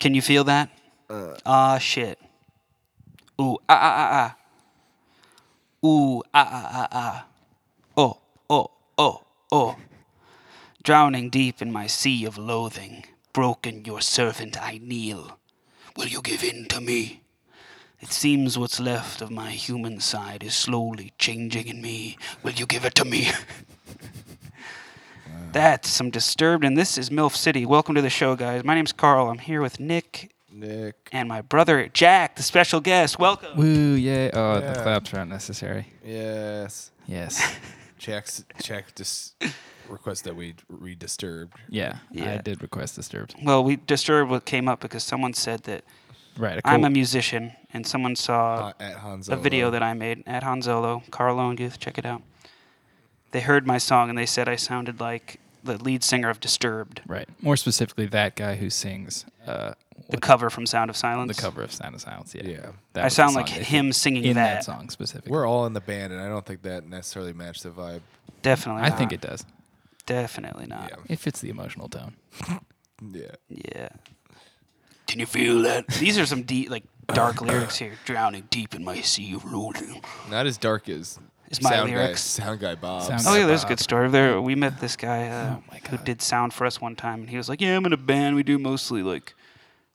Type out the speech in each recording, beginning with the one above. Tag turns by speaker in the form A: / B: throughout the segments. A: Can you feel that? Ah, shit. Ooh, ah, ah, ah, ah. Ooh, ah, ah, ah, ah. Oh, oh, oh, oh. Drowning deep in my sea of loathing, broken your servant, I kneel. Will you give in to me? It seems what's left of my human side is slowly changing in me. Will you give it to me? That's some disturbed, and this is MILF City. Welcome to the show, guys. My name's Carl. I'm here with Nick
B: Nick.
A: and my brother Jack, the special guest. Welcome.
C: Woo, yeah. Oh,
B: Yeah.
C: the claps are not necessary.
B: Yes.
C: Yes.
B: Jack's Jack just request that we redisturbed.
C: yeah, I
A: Yeah.
C: did request disturbed.
A: Well, we disturbed what came up because someone said that
C: Right.
A: I'm a musician, and someone saw
B: Uh, at Hanzo.
A: a video that I made at Hanzolo, Carl Owen Youth. Check it out. They heard my song and they said I sounded like the lead singer of Disturbed,
C: right. More specifically, that guy who sings uh,
A: the cover from Sound of
C: the
A: Silence.
C: cover of Sound of Silence. Yeah.
B: Yeah.
C: That
A: I
C: was the
A: sound
C: song
A: like
C: they put
A: him singing
C: in that.
A: that.
C: song specifically.
B: We're all in the band, and I don't think that necessarily matched the vibe.
A: Definitely.
C: I
A: not.
C: think it does.
A: Definitely not.
B: Yeah.
C: It fits the emotional tone.
B: Yeah.
A: Yeah. Can you feel that? These are some deep, like dark lyrics here. Drowning deep in my sea of loathing.
B: Not as dark as
A: It's my
B: sound
A: lyrics.
B: Guy, sound guy Bob.
C: Sound
A: Oh
C: guy.
A: yeah, there's a
C: Bob.
A: good story there. We met this guy uh,
C: Oh, my
A: who
C: God.
A: did sound for us one time, and he was like, "Yeah, I'm in a band. We do mostly like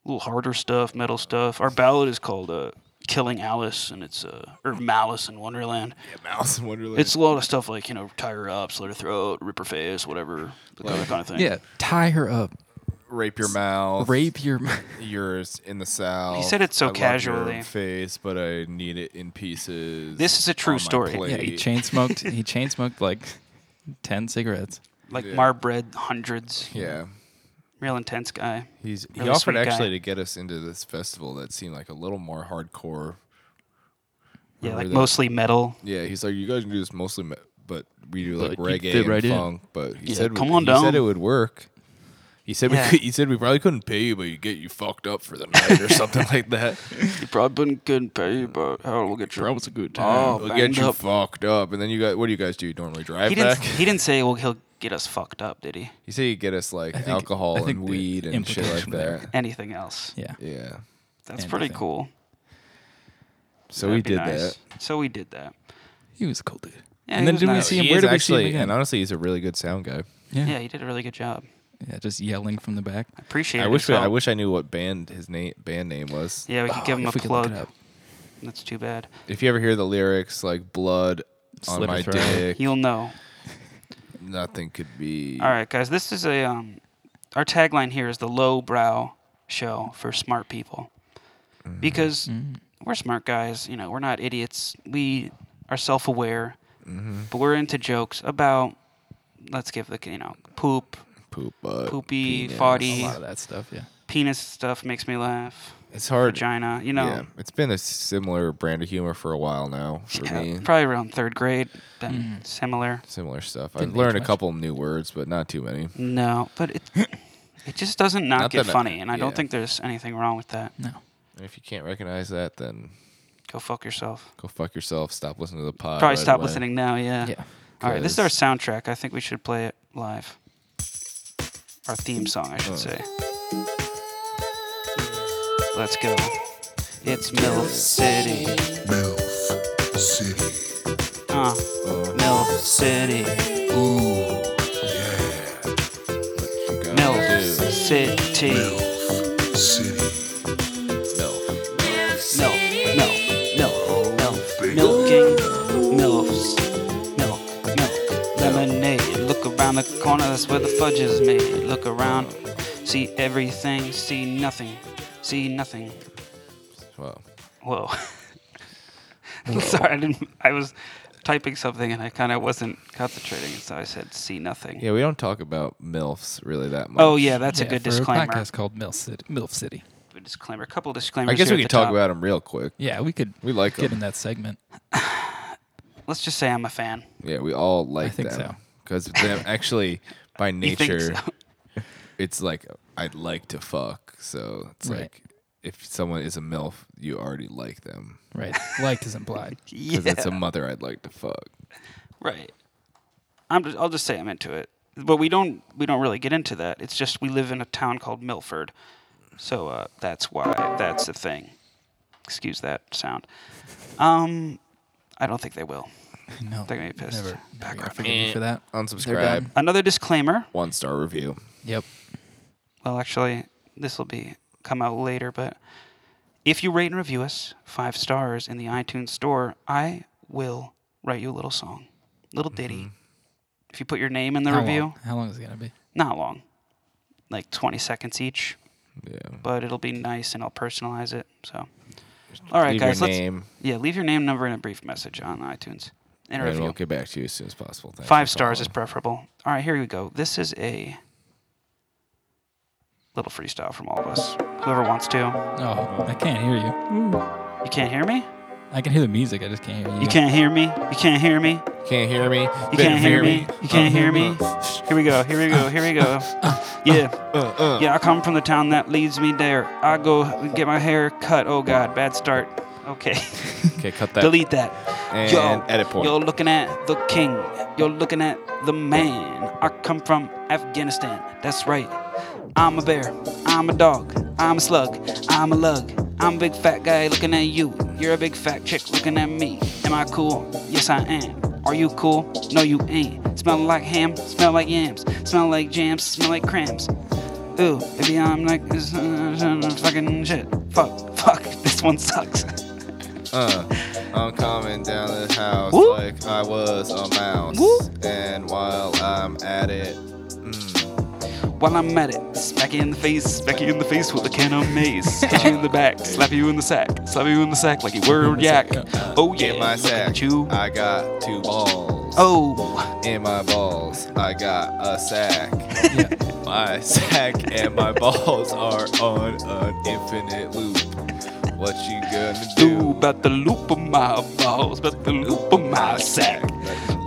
A: a little harder stuff, metal stuff. Our ballad is called uh, "Killing Alice," and it's uh, or "Malice in Wonderland."
B: Mouse in Wonderland.
A: It's a lot of stuff like you know, tie her up, slit her throat, rip her face, whatever, that kind of thing.
C: Yeah. Tie her up.
B: rape your mouth.
C: Rape your.
B: yours in the south.
A: He said it so
B: I love your
A: casually.
B: face, but I need it in pieces.
A: This is a true
B: on my
A: story.
B: plate.
C: yeah. He chain smoked. he chain smoked like ten cigarettes.
A: like
B: Yeah.
A: Marbred hundreds,
B: Yeah.
A: real intense guy.
B: He's he
A: Really
B: offered
A: sweet guy.
B: actually to get us into this festival that seemed like a little more
A: Yeah,
B: hardcore.
A: like
B: Remember that?
A: mostly metal.
B: Yeah, he's like, you guys can do this mostly, me- but we do like
C: But you'd
B: reggae
C: fit
B: and
C: right in."
B: funk. But he
A: Yeah,
B: said,
A: come
B: we,
A: on
B: he
A: down.
B: said it would work. He said
A: Yeah.
B: we could, he said we probably couldn't pay you, but you get you fucked up for the night or something like that.
A: You probably couldn't pay, but how we'll get Oh, your was a good
B: we'll Oh, get you fucked up, and then you got what do you guys do? You normally drive
A: He
B: back.
A: didn't. He didn't say. Well, he'll get us fucked up, did he?
B: He said you get us like
C: think- I
B: alcohol
C: think
B: and
C: the
B: weed and shit like
C: implication there-
B: that.
A: Anything else?
C: Yeah.
B: Yeah.
A: That's
C: And
A: pretty
C: nothing.
A: cool.
B: So
A: That'd
B: we
A: be
B: did
A: nice.
B: that.
A: So we did that.
C: He was a cool dude.
A: Yeah, he
C: and then
A: was
C: did we
A: nice.
C: see him?
B: He
C: Where
B: is
C: did we see
B: actually,
C: him again?
B: and honestly, he's a really good sound guy.
A: Yeah,
C: yeah. yeah.
A: he did a really good job.
C: Just yelling from the back.
A: Appreciate
B: I
A: it.
B: wish
A: as
B: we,
A: hell.
B: I wish I knew what band his name band name was.
A: Yeah, we could
C: Oh,
A: give him a
C: if we could look it
A: plug.
C: up.
A: That's too bad.
B: If you ever hear the lyrics like "blood on
C: Slit
B: my
C: her throat.
B: dick,"
A: You'll know.
B: nothing could be.
A: All right, guys. This is a um, our tagline here is the low brow show for smart people,
B: Mm-hmm.
A: because we're smart guys. You know, we're not idiots. We are self aware,
B: Mm-hmm.
A: but we're into jokes about. Let's give the you know poop,
B: Poop, butt,
A: poopy,
B: penis.
C: A
A: farty,
C: lot of that stuff. Yeah.
A: penis stuff makes me laugh.
B: It's hard.
A: Vagina, you know.
B: Yeah, it's been a similar brand of humor for a while now for
A: Yeah,
B: me. Mm-hmm.
A: probably around third grade, been similar.
B: Similar stuff.
C: Didn't
B: I've learned
C: age
B: a
C: much.
B: couple new words, but not too many.
A: No, but it it just doesn't not,
B: Not
A: get
B: that I-
A: funny, and I don't
B: yeah.
A: think there's anything wrong with that.
C: No.
B: And if you can't recognize that, then
A: Go fuck yourself.
B: go fuck yourself. Stop listening to the pod.
A: Probably
B: Uh, right
A: stop
B: away.
A: listening now. Yeah.
C: Yeah.
A: All right, this is our
B: 'cause-
A: soundtrack. I think we should play it live. Our theme song, I
B: Uh.
A: should say. Let's go. It's MILF City.
D: MILF City.
A: Uh, MILF City.
D: Ooh, yeah.
B: You gotta
A: MILF City.
D: MILF City.
B: do milk.
A: Milk, milk, milk, milk, milking, milfs, milk, milk, lemonade. Look around the corner, that's where the fudge is made. Look around, see everything, see nothing, see nothing.
B: Well,
A: Whoa. I'm sorry, I didn't. I was typing something and I kind of wasn't concentrating, so I said see nothing.
B: yeah, we don't talk about milfs really that much.
A: Oh yeah, that's a good
C: for
A: disclaimer.
C: A podcast called Milf City. Milf City.
A: Good disclaimer. A couple disclaimers.
B: I guess
A: here
B: we
A: at
B: could
A: the
B: talk
A: top.
B: about them real quick.
C: Yeah, we could.
B: We like
C: get
B: 'em.
C: in that segment.
A: Let's just say I'm a fan.
B: Yeah, we all like
C: think
B: them
C: so.
B: because them actually by
A: You think
B: nature,
A: so?
B: it's like I'd like to fuck. So it's
C: Right.
B: like if someone is a milf, you already like them
C: Right. Liked is implied.
B: because
A: Yeah.
B: it's a mother I'd like to fuck.
A: Right. I'm just, I'll just say I'm into it. But we don't we don't really get into that. It's just we live in a town called Milford. So uh, that's why that's a thing. Excuse that sound. Um, I don't think they will.
C: No,
A: They're gonna be pissed.
C: Never.
A: Back
C: Never.
A: off.
C: Forgive me for that.
B: Unsubscribe.
C: done.
A: Another disclaimer.
B: One star review.
C: Yep.
A: Well, actually, this will be come out later, but if you rate and review us five stars in the iTunes store, I will write you a little song, little ditty. If you put your name in the
C: How
A: review,
C: long? How long is it gonna be?
A: not long, like 20 seconds each,
B: Yeah.
A: but it'll be nice and I'll personalize it. So, all right,
B: Leave
A: guys,
B: your
A: let's
B: name,
A: yeah, leave your name, number, and a brief message on iTunes and a
B: and
A: review.
B: we'll get back to you as soon as possible. Thanks
A: Five
B: for
A: stars is
B: following.
A: preferable. All right, here we go. This is a little freestyle from all of us. Whoever wants to.
C: Oh, I can't hear you.
A: You can't hear me?
C: I can hear the music. I just can't hear you.
A: You can't hear me? You can't hear me?
B: Can't hear me.
A: You can't hear me? You can't hear me? Here we go. Here we go. Here we go.
B: Uh,
A: Yeah. Yeah, I come from the town that leads me there. I go and get my hair cut. Oh, God. Bad start. Okay.
B: Okay, cut that.
A: Delete that.
B: And
A: Yo,
B: edit point.
A: You're looking at the king. You're looking at the man. I come from Afghanistan. That's right. I'm a bear. I'm a dog. I'm a slug. I'm a lug. I'm a big fat guy looking at you. You're a big fat chick looking at me. Am I cool? Yes, I am. Are you cool? No, you ain't. Smell like ham. Smell like yams. Smell like jams. Smell like crams. Ooh, maybe I'm like this uh, fucking shit. Fuck, fuck. This one sucks.
B: Uh, I'm coming down the house
A: Woo.
B: like I was a mouse.
A: Woo.
B: And while I'm at it, mm,
A: While I'm at it, smack you in the face, smack you in the face with a can of mace. Hit you in the back, slap you in the sack, slap you in the sack like you were a yak. Oh yeah,
B: in my
A: look at
B: sack,
A: you.
B: I got two balls.
A: Oh,
B: In my balls, I got a sack. my sack and my balls are on an infinite loop. What you gonna
A: do
B: do?
A: about the loop of my balls, about the loop of my sack.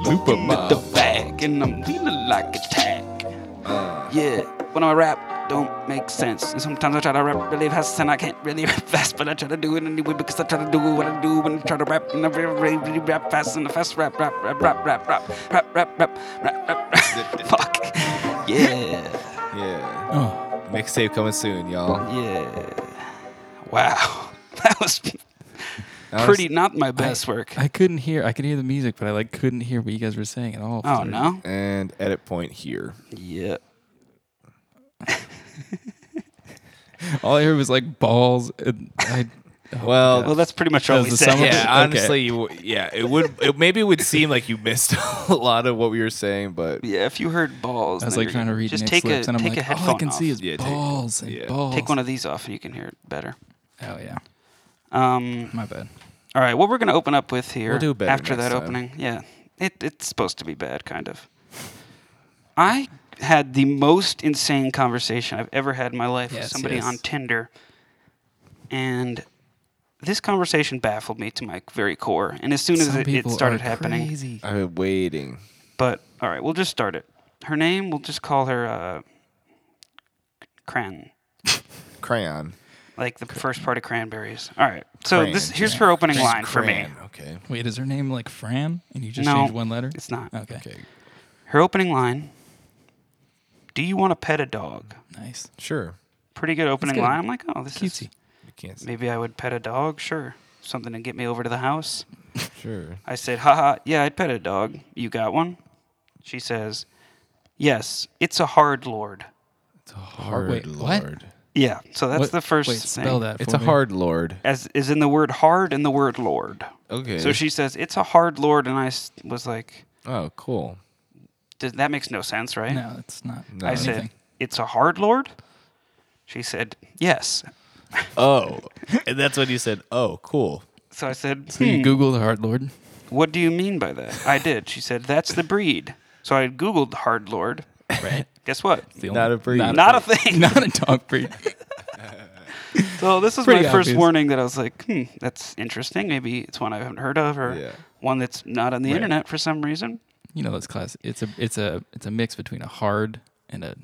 B: Loop
A: Looking at the back, and I'm feeling like a tack. Yeah, when I rap, don't make sense. And sometimes I try to rap really fast, and I can't really rap fast, but I try to do it anyway because I try to do what I do when I try to rap, and I really, really, really rap fast, and I fast rap, rap, rap, rap, rap, rap, rap, rap, rap, rap, rap, rap. Fuck. Yeah,
B: Yeah.
C: Oh,
B: Mixtape coming soon, y'all.
A: yeah. Wow, that was
B: was-
A: pretty not my best work.
C: I couldn't hear. I could hear the music, but I like couldn't hear what you guys were saying at all.
A: Oh no.
B: And edit point here.
A: Yeah.
C: All I heard was like balls. And I,
B: Well,
A: Oh, Well, that's pretty much all
C: That
A: we
C: was the sum
A: said.
C: of it.
B: yeah,
C: Okay.
B: honestly, you, w- yeah, it would. It maybe would seem like you missed a lot of what we were saying, but
A: Yeah, if you heard balls,
C: I was
A: then
C: like
A: you're-
C: trying to read
A: just
C: Nick's
A: take
C: lips,
A: a
C: and I'm
A: take a
C: like,
A: headphone
C: all I can
A: off.
C: see is
B: Yeah, take-
C: balls and
B: yeah.
C: balls.
A: take one of these off, and you can hear it better.
C: Oh yeah,
A: Um,
C: my bad.
A: all right, what we're gonna open up with here
B: We'll do better
A: after
B: next
A: that
B: time.
A: opening? Yeah, it it's supposed to be bad, kind of. I had the most insane conversation I've ever had in my life with
C: Yes,
A: somebody
C: yes.
A: on Tinder, and this conversation baffled me to my very core. And as soon as
C: Some
A: it, it
C: people
A: started
C: are
A: happening,
C: Crazy.
B: I've been waiting.
A: But all right, we'll just start it. Her name, we'll just call her uh, Cran,
B: Crayon.
A: like the first part of cranberries. All right. So
B: Cran,
A: this here's
B: yeah.
A: her opening
B: Just
A: line for me.
B: crayon, Okay.
C: Wait, is her name like Fran? And you just
A: No,
C: changed one letter?
A: It's not.
C: Okay.
B: Okay.
A: Her opening line. Do you want to pet a dog?
C: Nice.
B: Sure.
A: Pretty good opening
C: good.
A: line. I'm like, oh, this
C: Cutesy.
B: You can't
A: is
B: say
A: maybe I would pet a dog. Sure, something to get me over to the house.
B: sure.
A: I said, haha, yeah, I'd pet a dog. You got one? She says, yes, it's a hard lord.
B: It's a hard
C: wait, what?
B: lord.
A: Yeah, so that's
C: What-
A: the first
C: Wait,
A: thing.
C: spell that.
B: It's
C: for
B: a
C: me.
B: hard lord.
A: as is in the word hard and the word lord.
B: Okay.
A: So she says it's a hard lord, and I s- was like,
B: Oh, cool.
A: "Does- that makes no sense, right?
C: No, it's not.
B: No.
A: Eh? I
C: anything.
A: said it's a hard lord. She said yes.
B: Oh, and that's when you said, "Oh, cool."
A: So I said,
C: So you
A: "Hmm,
C: Google the hard lord.
A: what do you mean by that? I did. She said that's the breed. So I googled hard lord.
C: Right.
A: Guess what?
C: The
B: Not a breed.
A: Not a thing.
C: Not a dog breed.
A: So this is my
C: Pretty
A: first
C: obvious.
A: warning that I was like, hmm, that's interesting. Maybe it's one I haven't heard of, or
B: Yeah.
A: one that's not on the internet for some reason.
C: You know that's class. It's a it's a it's a mix between a hard and a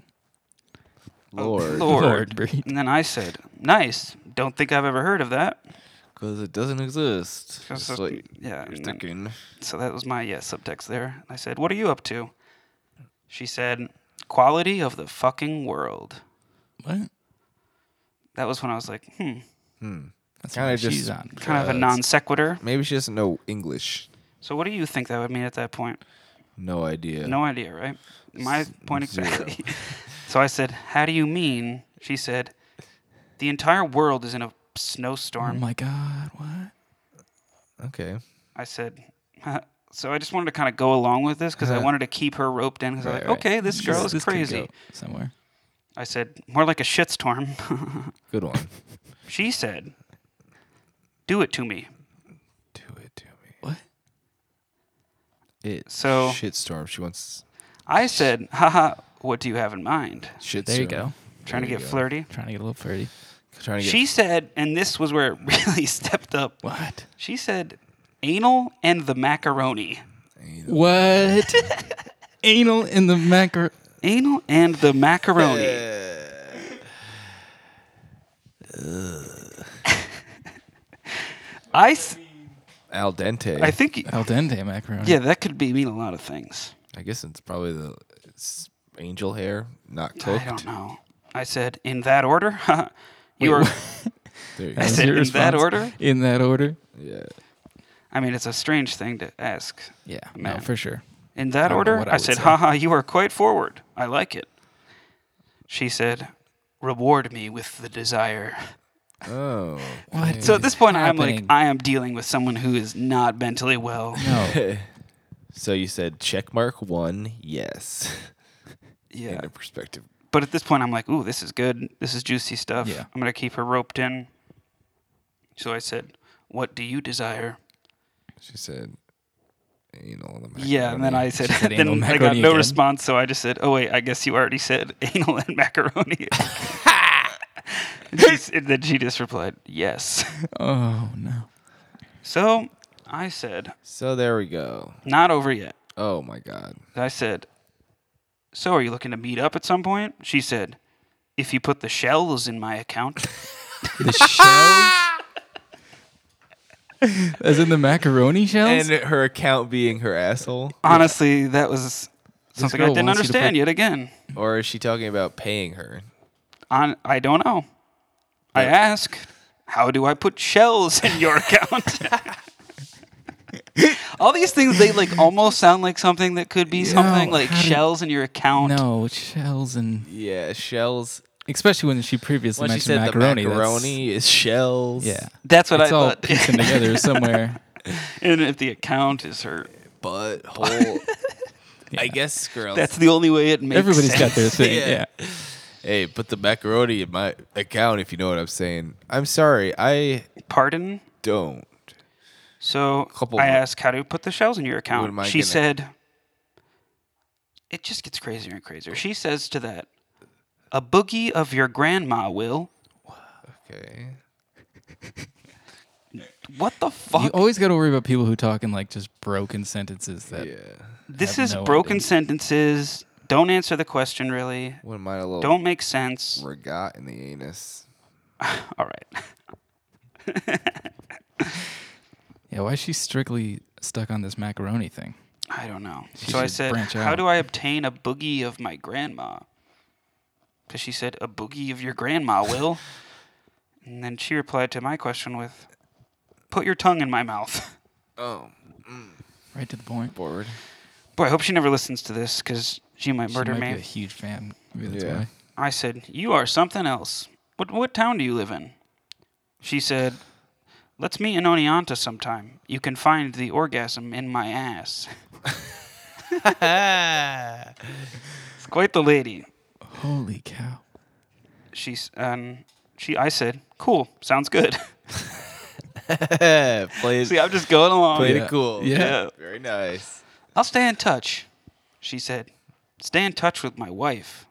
B: Oh, Lord,
A: Lord.
C: lord breed.
A: And then I said, nice. Don't think I've ever heard of that.
B: because it doesn't exist.
A: Because
B: Just
A: the-
B: like
A: yeah,
B: you're
A: and then-
B: thinking.
A: So that was my yeah subtext there. And I said, "What are you up to?" She said, "Quality of the fucking world."
C: What?
A: That was when I was like, hmm,
C: That's
B: Kinda
C: what
B: just-
C: she's on.
A: kind of a non sequitur.
B: Maybe she doesn't know English.
A: So what do you think that would mean at that point?
B: No idea.
A: No idea, right? My point
B: zero.
A: exactly. so I said, "How do you mean?" She said, "The entire world is in a
C: Oh
A: snowstorm."
C: my god, what?
B: Okay.
A: I said, huh. "So I just wanted to kind of go along with this because I wanted to keep her roped in because I was like, okay, this girl is
C: Uh-huh. this could
A: crazy."
C: go Somewhere.
A: I said, "More like a shitstorm."
B: Good one.
A: she said, "Do it to me."
B: Do it to me.
C: What?
B: It
A: So-
B: shitstorm. She wants
A: I said, "Haha, what do you have in mind?"
B: shitstorm.
C: There you go.
A: Trying to get flirty.
C: Trying to get a little flirty.
B: Trying to get
A: She said, and this was where it really stepped up.
C: What?
A: She said, "Anal and the macaroni."
C: What? Anal in the macro.
A: Anal and the macaroni.
C: Uh.
A: I, s-
B: al dente.
A: I think,
C: Al dente macaroni.
A: yeah, that could be mean a lot of things.
B: I guess it's probably the it's angel hair, not
A: I
B: cooked.
A: don't know. I said, in that order? you are.
B: There you
C: That
B: go.
C: was
A: said
C: your
A: in that
C: response?
A: order?
C: In that order.
B: Yeah.
A: I mean, it's a strange thing to ask.
C: Yeah.
A: Man.
C: No, for sure.
A: In that
C: know
A: order?
C: what I
A: I,
C: would
A: said,
C: say.
A: haha, you are quite forward. I like it. She said, reward me with the desire.
B: Oh.
C: What?
A: So at this point, I'm like,
C: happening?
A: I am dealing with someone who is not mentally well.
C: No.
B: So you said check mark one, yes.
A: Yeah.
B: In a perspective.
A: But at this point, I'm like, ooh, this is good. This is juicy stuff.
C: Yeah.
A: I'm going to keep her roped in. So I said, what do you desire?
B: She said anal in the macaroni.
A: Yeah. And then I said,
C: said anal
A: then I got
C: macaroni
A: no
C: again.
A: response. So I just said, oh, wait, I guess you already said anal and macaroni. and, she, s- and then she just replied, yes.
C: Oh no.
A: So I said,
B: So there we go.
A: not over yet.
B: Oh my god.
A: I said, so are you looking to meet up at some point? She said, if you put the shells in my account.
C: The shells. As in the macaroni shells.
B: And her account being her asshole?
A: Honestly, that was something I
C: girl
A: didn't
C: wants you to
A: understand
C: put-
A: yet again.
B: Or is she talking about paying her?
A: On, I don't know. I ask, how do I put shells in your account? All these things they like almost sound like something that could be something
C: No,
A: like
C: how did-
A: shells in your account.
C: no shells and
B: Yeah, shells.
C: especially when she previously
B: When she
C: mentioned
B: said
C: macaroni.
B: the
C: that's-
B: macaroni is shells.
C: Yeah.
A: That's what
C: it's
A: I
C: all
A: thought.
C: piecing together somewhere.
A: and if the account is her,
B: Butthole. I guess girls.
A: that's the only way it makes.
C: Everybody's
A: sense.
C: got their thing.
B: Yeah.
C: Yeah.
B: hey, put the macaroni in my account if you know what I'm saying. I'm sorry, I
A: pardon.
B: don't.
A: So
B: Couple
A: I
B: of-
A: asked, "How do you put the shells in your account?"
B: am I
A: She
B: gonna-
A: said, "It just gets crazier and crazier." She says to that, "A boogie of your grandma will."
B: Okay.
A: What the fuck?
C: You always got to worry about people who talk in like just broken sentences that
B: Yeah.
A: this
C: have
A: is
C: no
A: broken
C: idea.
A: sentences. Don't answer the question really.
B: Wouldn't mind a little
A: Don't make sense.
B: regat in the anus.
A: All right.
C: Yeah, why is she strictly stuck on this macaroni thing?
A: I don't know. so I
C: should
A: said,
C: branch
A: "How
C: out.
A: do I obtain a boogie of my grandma?" Because she said, "A boogie of your grandma will." and then she replied to my question with, "Put your tongue in my mouth."
B: Oh,
C: Right to the point.
B: bored.
A: Boy, I hope she never listens to this because she might
C: She
A: murder
C: might
A: me.
C: be a huge fan. Maybe that's
B: Yeah.
C: why.
A: I said, "You are something else. What what town do you live in?" She said, "Let's meet in Oneonta sometime. You can find the orgasm in my ass." it's quite the lady.
C: Holy cow.
A: She s- um she I said, "Cool, sounds good."
B: Play it,
A: See, I'm just going along.
B: played
C: Yeah.
B: it cool.
C: Yeah.
B: Very nice.
A: I'll stay in touch. She said, "Stay in touch with my wife."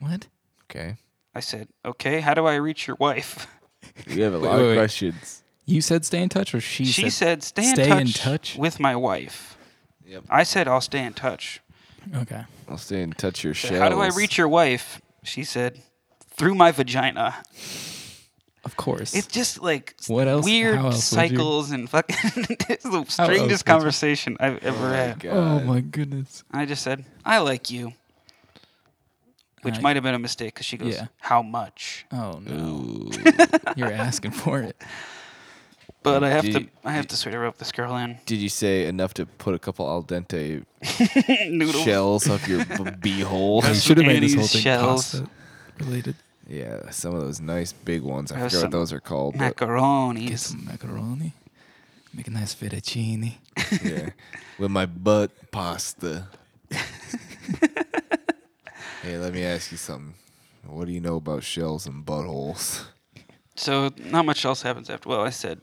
C: What?
B: Okay.
A: I said, "Okay, how do I reach your wife?"
B: You have a
C: Wait,
B: lot
C: wait,
B: of
C: wait.
B: questions.
C: You said stay in touch or she,
A: She said, "Stay, in,
C: stay
A: touch
C: in touch?
A: with my wife."
B: Yep.
A: I said, "I'll stay in touch."
C: Okay.
B: I'll stay and touch your
A: Said,
B: shells.
A: How do I reach your wife? She said, "Through my vagina."
C: Of course.
A: It's just like s-
C: What else-
A: weird
C: how else would you-
A: cycles and fucking. it's the
C: else would you-
A: strangest conversation
B: Oh
A: I've ever had.
B: God.
C: oh my goodness.
A: I just said, "I like you." which
C: Nice.
A: might have been a mistake because she goes,
C: Yeah.
A: "How much?"
C: Oh no. You're asking for it.
A: But I have
B: do
A: to,
B: you-
A: I have to sweeter up this girl in
B: Did you say enough to put a couple al dente
A: noodles.
B: shells up your b- beehole?
A: That's-
C: Should have made
A: Annie's
C: this whole thing
A: shells.
C: pasta related.
B: yeah, some of those nice big ones. I
A: Have
B: forget
A: some
B: what those are called. but-
C: Get
A: Macaronis.
C: some macaroni. Make a nice fettuccine.
B: yeah, with my butt pasta. hey, let me ask you something. What do you know about shells and buttholes?
A: So not much else happens after. Well, I said,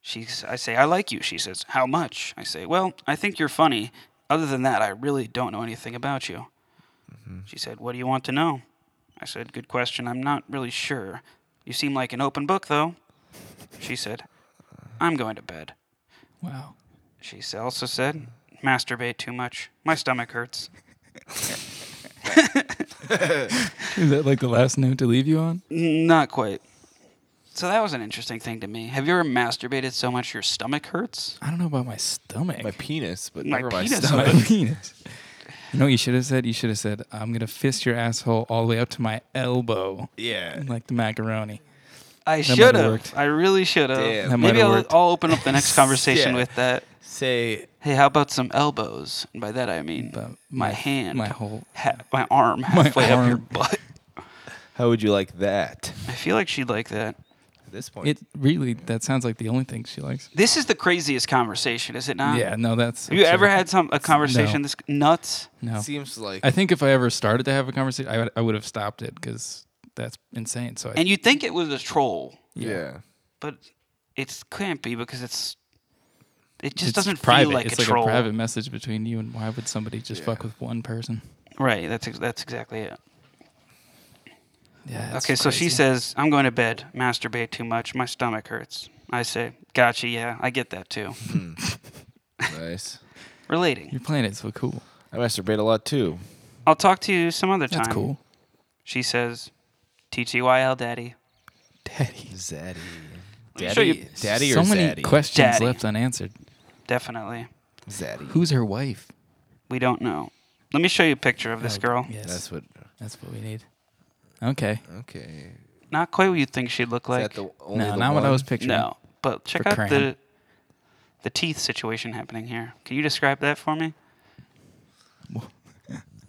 A: she's. I say I like you. She says, how much? I say, well, I think you're funny. Other than that, I really don't know anything about you. She said, what do you want to know? I said, good question. I'm not really sure. You seem like an open book, though. She said, I'm going to bed.
C: Wow.
A: She s- also said, masturbate too much. My stomach hurts.
C: Is that like the last note to leave you on?
A: Not quite. So that was an interesting thing to me. Have you ever masturbated so much your stomach hurts?
C: I don't know about my stomach.
B: My penis, but
A: My
B: never my
A: penis,
B: stomach.
C: my penis. You know what you should have said? You should have said, I'm gonna fist your asshole all the way up to my elbow.
B: Yeah.
C: Like the macaroni.
A: I
C: might
A: should
C: have
A: have.
C: worked.
A: I really should
B: Damn.
A: have.
B: That
C: might
A: Maybe
C: have
A: I'll,
C: worked.
A: I'll open up the next conversation
B: Yeah.
A: with that.
B: Say,
A: Hey, how about some elbows? And by that I mean
C: But
A: my,
C: my-
A: hand,
C: my whole-
A: ha- my arm halfway up your
C: arm.
A: butt.
B: how would you like that?
A: I feel like she'd like that.
B: At this point,
C: It really that sounds like the only thing she likes.
A: This is the craziest conversation, is it not?
C: yeah, no, that's
A: Have you ever
C: absurd.
A: had some a conversation
C: no.
A: this nuts?
C: no.
B: seems like
C: I think if I ever started to have a conversation, I would, I would have stopped it because that's insane. So I,
A: And you'd think it was a troll,
B: yeah.
A: but it can't be because it's it just
C: it's
A: doesn't
C: private.
A: feel like
C: it's
A: a
C: like
A: troll.
C: a private message between you and why would somebody just fuck with one person?
A: Right. That's ex- that's exactly it.
C: Yeah.
A: Okay, so she says, I'm going to bed, masturbate too much, my stomach hurts. I say, Gotcha, yeah, I get that too.
B: Nice.
A: Relating.
C: "You're playing it so cool.
B: I masturbate a lot too.
A: I'll talk to you some other time.
C: That's cool,
A: She says, TTYL daddy.
C: Daddy."
B: Zaddy.
A: Let me show you-
B: Daddy, daddy
C: so
B: or
C: many
B: zaddy?
C: questions
A: Daddy.
C: left unanswered.
A: Definitely.
B: zaddy.
C: Who's her wife?
A: We don't know. Let me show you a picture of this
C: Oh,
A: girl.
C: Yes,
B: That's
C: that's what
B: what.
C: that's what we need. Okay,
B: Okay.
A: Not quite what you'd think she'd look
B: Is
A: like.
B: that the only
C: no,
B: the
C: not what I
B: one?
C: was picturing.
A: no. But check
C: For
A: out
C: Cran.
A: the the teeth situation happening here. Can you describe that for me?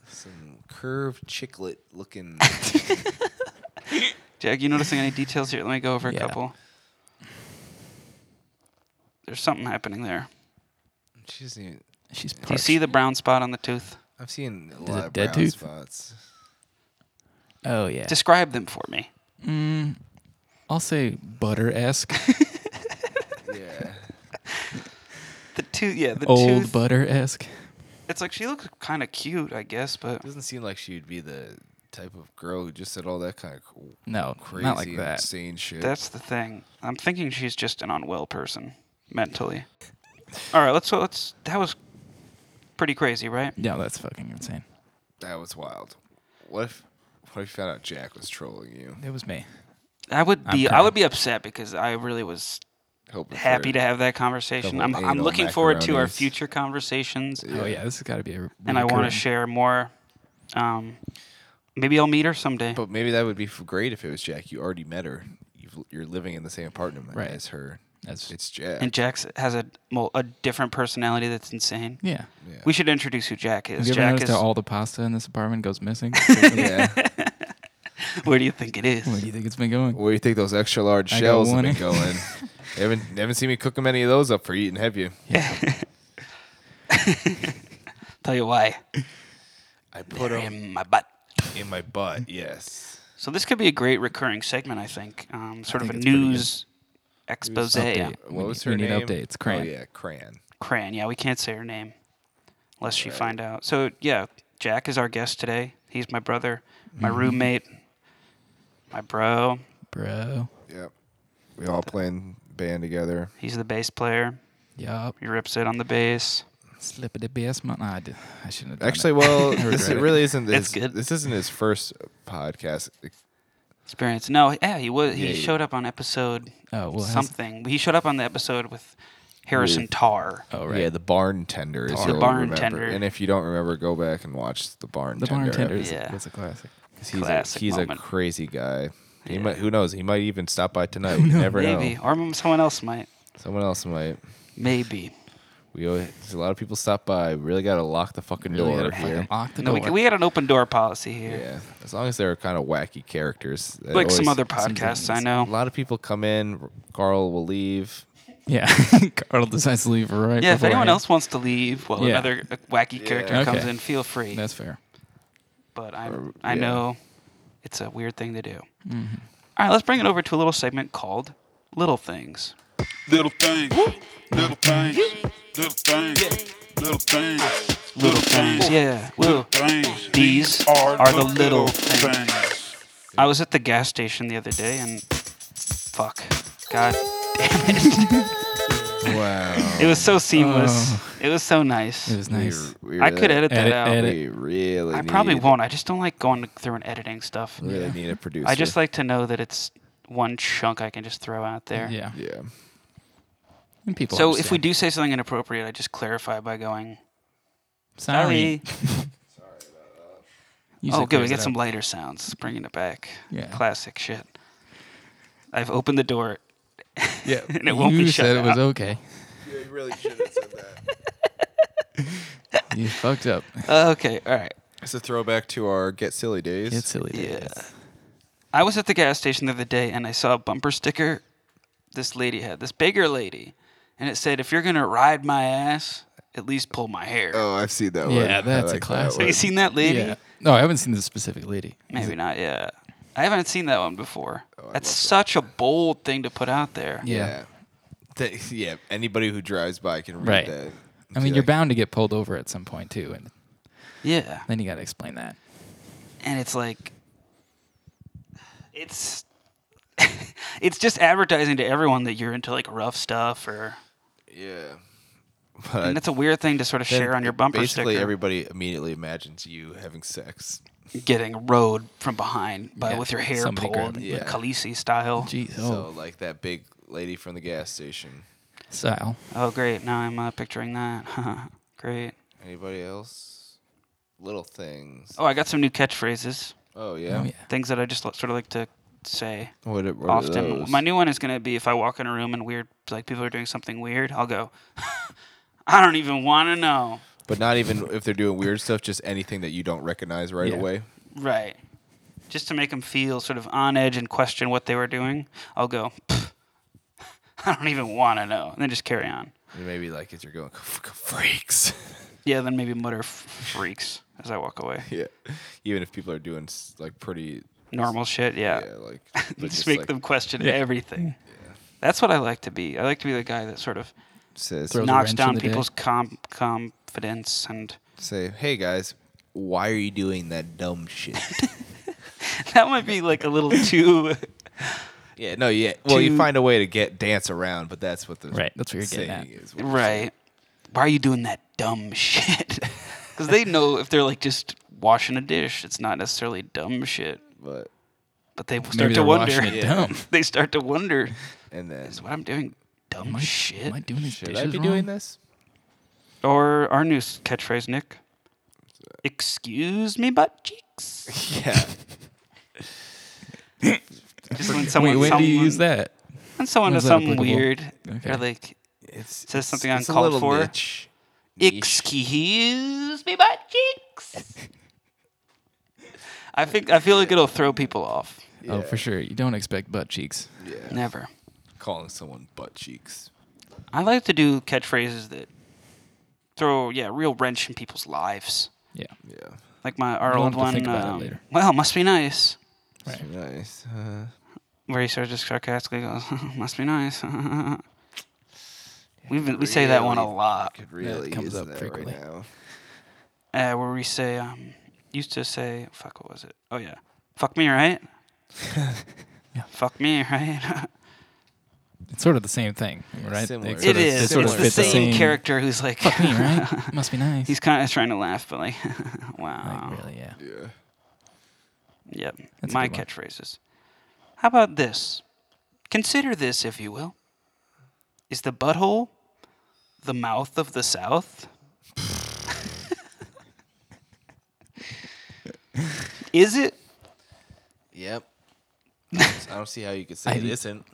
B: Some curved chiclet looking.
A: Jack, you noticing any details here? Let me go over a
C: Yeah.
A: couple. There's something happening there.
B: She's even-
C: she's.
A: Do you see the brown spot on the tooth?
B: I've seen a
C: it
B: lot of
C: dead
B: brown
C: tooth?
B: spots.
C: Oh yeah. Mm,
A: Describe them for me.
C: I'll say butter esque,
B: Yeah.
A: The tooth, yeah, the
C: old
A: tooth.
C: butter esque.
A: It's like she looks kind of cute, I guess, but
B: Doesn't seem like she would be the type of girl who just said all that kind of
C: No,
B: crazy,
C: not like that.
B: insane shit.
A: that's the thing. I'm thinking she's just an unwell person mentally. All right, let's let's. That was pretty crazy, right?
C: No, that's fucking insane.
B: that was wild. What if what if you found out Jack was trolling you?
C: It was me.
A: I would be I
C: crying.
A: would be upset because I really was
B: Hoping for
A: happy
B: it.
A: to have that conversation.
B: Double
A: I'm I'm
B: anal
A: looking forward to our
B: macaronis.
A: future conversations,
C: Oh yeah, this has got to be a.
A: and I want to
C: recurring-
A: share more. Um, maybe I'll meet her someday.
B: But maybe that would be f- great if it was Jack. You already met her. You've, you're living in the same apartment
C: Right.
B: as her.
C: That's-
B: It's Jack.
A: And Jack has a mul- a different personality that's insane.
C: Yeah.
B: yeah.
A: We should introduce who Jack is.
C: Have you ever
A: Jack
C: noticed
A: is.
C: how all the pasta in this apartment goes missing?
B: yeah.
A: where do you think it is?
C: Where do you think it's been going?
B: Where do you think those extra large
C: I got
B: shells have
C: one.
B: been going? You haven't you haven't seen me cooking many of those up for eating, have you?
A: Tell you why.
B: I put
A: They're
B: them
A: in my butt.
B: in my butt. Yes.
A: So this could be a great recurring segment, I think. Um, sort
C: think
A: of a
C: it's pretty good.
A: news expose.
C: Update.
B: What
C: we
B: was
C: need,
B: her
C: we
B: name?
C: need updates. Cran.
B: Oh yeah, Cran.
A: Cran. Yeah, we can't say her name unless she find out. So yeah, Jack is our guest today. He's my brother, my
C: Mm-hmm.
A: roommate, my bro.
C: Bro.
B: Yep. We all playing band together.
A: He's the bass player.
C: Yup.
A: He rips it on the bass.
C: Slip of the basement. Nah, I, did. I shouldn't have done
B: Actually,
C: it.
B: well,
C: I
B: this
C: regret it.
B: really isn't. His,
A: It's good.
B: This isn't his first podcast.
A: Experience. No, yeah, he was. He
B: Yeah, yeah.
A: showed up on episode
C: Oh, well, it has-
A: something. He showed up on the episode with Harrison Tar.
C: Oh right.
B: Yeah, the barn tender is
C: The
B: you'll
A: barn
B: remember.
A: tender.
B: And if you don't remember, go back and watch the barn
C: the
B: tender.
C: bartender is
A: Yeah.
C: was a classic.
B: 'cause He's, a,
A: Classic
B: he's a
A: moment.
B: crazy guy. He
A: Yeah.
B: might, who knows? He might even stop by tonight. We never
A: Maybe.
B: know.
A: Or m- someone else might.
B: Someone else might.
A: Maybe.
B: We always, there's a lot of people stop by. We really got to lock the fucking
C: Really
B: door
C: gotta
B: here.
C: fucking lock the
A: No, we,
C: door.
A: we had an open door policy here.
B: Yeah, as long as they're kind of wacky characters. that
A: Like some
B: always-
A: other podcasts I
B: A
A: know.
B: lot of people come in. Carl will leave.
C: yeah. Carl decides to leave right.
A: Yeah, if anyone
C: beforehand.
A: else wants to leave while
C: Yeah.
A: another uh, wacky character
C: Okay.
A: comes in, feel free.
C: That's fair.
A: but I,
B: Or-
A: I
B: yeah.
A: know it's a weird thing to do.
C: Mm-hmm.
A: All right, let's bring it over to a little segment called Little Things.
E: Little things, little things, little things, little things, little things.
A: Yeah, well,
E: Things.
A: These are the little things.
E: things.
A: I was at the gas station the other day and fuck, god damn it,
B: Wow.
A: it was so seamless. It was so nice.
C: Oh. It was nice.
B: We- we
A: I could
B: really-
A: edit that
C: Edit-
A: out.
C: edit.
B: We really.
A: I probably
B: need-
A: won't. I just don't like going through and editing stuff.
B: Really need a producer.
A: I just like to know that it's one chunk I can just throw out there.
C: Yeah.
B: Yeah.
C: And people.
A: So if we
C: understand.
A: do say something inappropriate, I just clarify by going,
C: sorry.
A: "Sorry."
C: Usually
A: Oh, good. We
C: clears
A: get
C: it
A: some
C: up.
A: lighter sounds, bringing it back.
C: Yeah.
A: Classic shit. I've opened the door.
C: Yeah.
A: and it won't be
C: you
A: shut
C: said it was
A: out.
C: okay.
B: Yeah, you really should have said that.
C: You fucked up.
A: Uh, Okay, all right.
B: It's a throwback to our Get Silly days.
C: It's silly.
A: Yeah.
C: days.
A: I was at the gas station the other day and I saw a bumper sticker this lady had, this bigger lady, and it said, "If you're gonna ride my ass, at least pull my hair."
B: oh, I've seen that one.
C: Yeah,
B: I
C: that's a
B: like that
C: classic.
A: Have you
B: one.
A: seen that lady?
C: Yeah. No, I haven't seen the specific lady.
A: Maybe not. Yeah. I haven't seen that one before. That's such a bold thing to put out there.
B: Yeah. Th- yeah. Anybody who drives by can read
C: Right.
B: that.
C: I mean, you're bound to get pulled over at some point too, and
A: Yeah.
C: then you got to explain that.
A: and it's like it's it's just advertising to everyone that you're into like rough stuff or
B: Yeah.
A: and that's a weird thing to sort of share on your bumper
B: Basically,
A: sticker
B: everybody immediately imagines you having sex.
A: getting rode from behind by
C: Yeah,
A: with your hair
C: somebody
A: pulled
C: grabbed it.
A: like
B: Yeah.
A: Khaleesi style.
C: Jeez.
B: So,
C: Oh,
B: like that big lady from the gas station.
C: style.
A: Oh great, now I'm uh, picturing that. great.
B: Anybody else? Little things.
A: Oh, I got some new catchphrases.
B: Oh yeah.
C: Oh yeah.
A: Things that I just sort of like to say
B: What, are- what are
A: often.
B: those?
A: My new one is going to be if I walk in a room and weird like people are doing something weird, I'll go I don't even want to know.
B: but not even if they're doing weird stuff. Just anything that you don't recognize right
C: Yeah.
B: away.
A: Right. Just to make them feel sort of on edge and question what they were doing, I'll go, "Pff, I don't even want to know. And then just carry on.
B: And maybe like as you're going, freaks.
A: Yeah, then maybe mutter f- freaks as I walk away.
B: yeah. Even if people are doing s- like pretty,
A: Normal shit, yeah.
B: yeah, like
A: Uh,
B: but
A: just,
B: just
A: make
B: like
A: them question everything. That's what I like to be. I like to be the guy that sort of
B: says
C: throw- Throws a
A: knocks
C: wrench in
A: down
C: the day.
A: people's com- confidence and
B: say, hey guys, why are you doing that dumb shit?
A: that might be like a little too
B: yeah, no, yeah. Well, you
A: To-
B: find a way to get dance around, but that's what the
C: Right, that's what you're getting
B: saying
C: at.
B: is.
A: Right. Why are you doing that dumb shit? Because they know if they're like just washing a dish, it's not necessarily dumb shit.
B: But
A: But they start
C: Maybe
A: to
C: they're
A: wonder.
C: washing it down.
A: they start to wonder,
B: and then
A: is what I'm doing dumb
C: Am I,
A: shit?
C: am I doing this?
B: should I be doing this?
A: or our new s- catchphrase, Nick. Excuse me, butt cheeks.
B: Yeah.
A: Just when
C: Wait,
A: someone,
C: when
A: someone
C: do you use that?
A: When someone does
C: When's that
A: something
C: applicable?
A: weird, they're
C: Okay.
A: like,
B: It's
A: Says something
B: it's- it's a
A: uncalled
B: little
A: for.
B: niche.
A: Excuse me, butt cheeks. I think I feel like it'll throw people off.
C: Oh, for sure. You don't expect butt cheeks.
B: Yeah.
A: Never.
B: Calling someone butt cheeks.
A: I like to do catchphrases that throw yeah real wrench in people's lives.
C: Yeah.
B: Yeah.
A: Like my our
C: You'll
A: old
C: have to
A: one.
C: think about it
A: um,
C: later.
A: Well, must be nice.
C: Right.
B: Nice. Uh,
A: Where he sort of just sarcastically goes, "Must be nice." We've been, we say that one a
B: Really
A: lot.
B: could really
C: comes
B: use
C: up
B: that
C: frequently.
B: right now.
A: Uh, where we say um, used to say fuck what was it? Oh yeah, fuck me right. Fuck me right.
C: It's sort of the same thing, right?
B: similar.
C: It
A: it
C: sort of-
A: is.
C: sort of
A: it's the
C: fits
A: same, character who's like.
C: Fuck me, right? Must be nice.
A: He's kind of trying to laugh, but like, wow.
C: like, really, yeah.
B: Yeah.
A: Yep.
C: That's a
A: my
C: good one.
A: catchphrases. How about this? Consider this, if you will. Is the butthole the mouth of the South? Is it?
B: Yep. I don't see how you could say it isn't.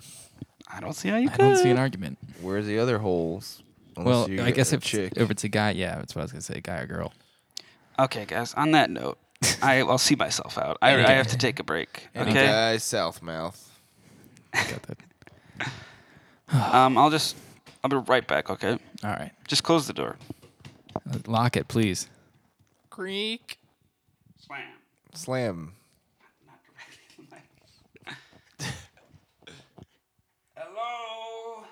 A: I don't see how you
C: I
A: could.
C: don't see an argument.
B: Where's the other holes?
C: Well,
B: Unless you're
C: I guess
B: a
C: if it's, if it's a guy, yeah, that's what I was gonna say, guy or girl.
A: Okay, guys. On that note, I, I'll see myself out. I, I have to take a break.
B: Any
A: Okay.
B: guy, Southmouth.
C: Got that.
A: Um, I'll just. I'll be right back. Okay.
C: All right,
A: Just close the door.
C: lock it, please.
B: Creek.
A: Slam.
B: Slam.
A: Hello.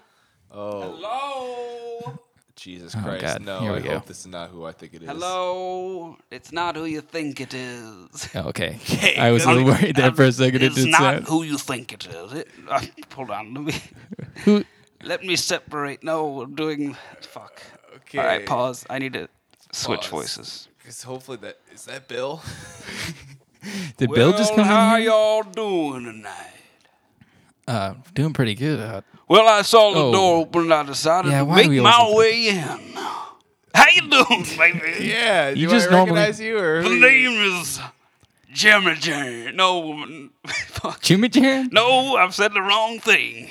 B: Oh,
A: Hello.
B: Jesus Christ.
C: Oh, God.
B: No,
C: Here we
B: I
C: go.
B: hope this is not who I think it is.
A: Hello. It's not who you think it is.
C: Oh, okay. I was a little worried there for a second. It
A: It's
C: did
A: not
C: sound.
A: who you think it is. It, uh, hold on. Let me.
C: Who-
A: Let me separate. No, we're doing. Fuck.
B: Okay.
A: All right, pause. I need to switch
B: Pause.
A: voices.
B: 'Cause hopefully that is that Bill.
C: Did Bill just
A: Well,
C: come
A: how
C: in? Here?
A: y'all doing tonight?
C: Uh, doing pretty good. Uh,
A: Well, I saw the
C: Oh.
A: door open and I decided
C: Yeah,
A: to
C: why do
A: make
C: we
A: my
C: always-
A: way in. How you doing, baby?
B: yeah. You
C: just
B: just
C: normally-
B: recognize you or
A: The name is Jimmy Jane. No, fuck.
C: Jimmy Jaren?
A: No, I've said the wrong thing.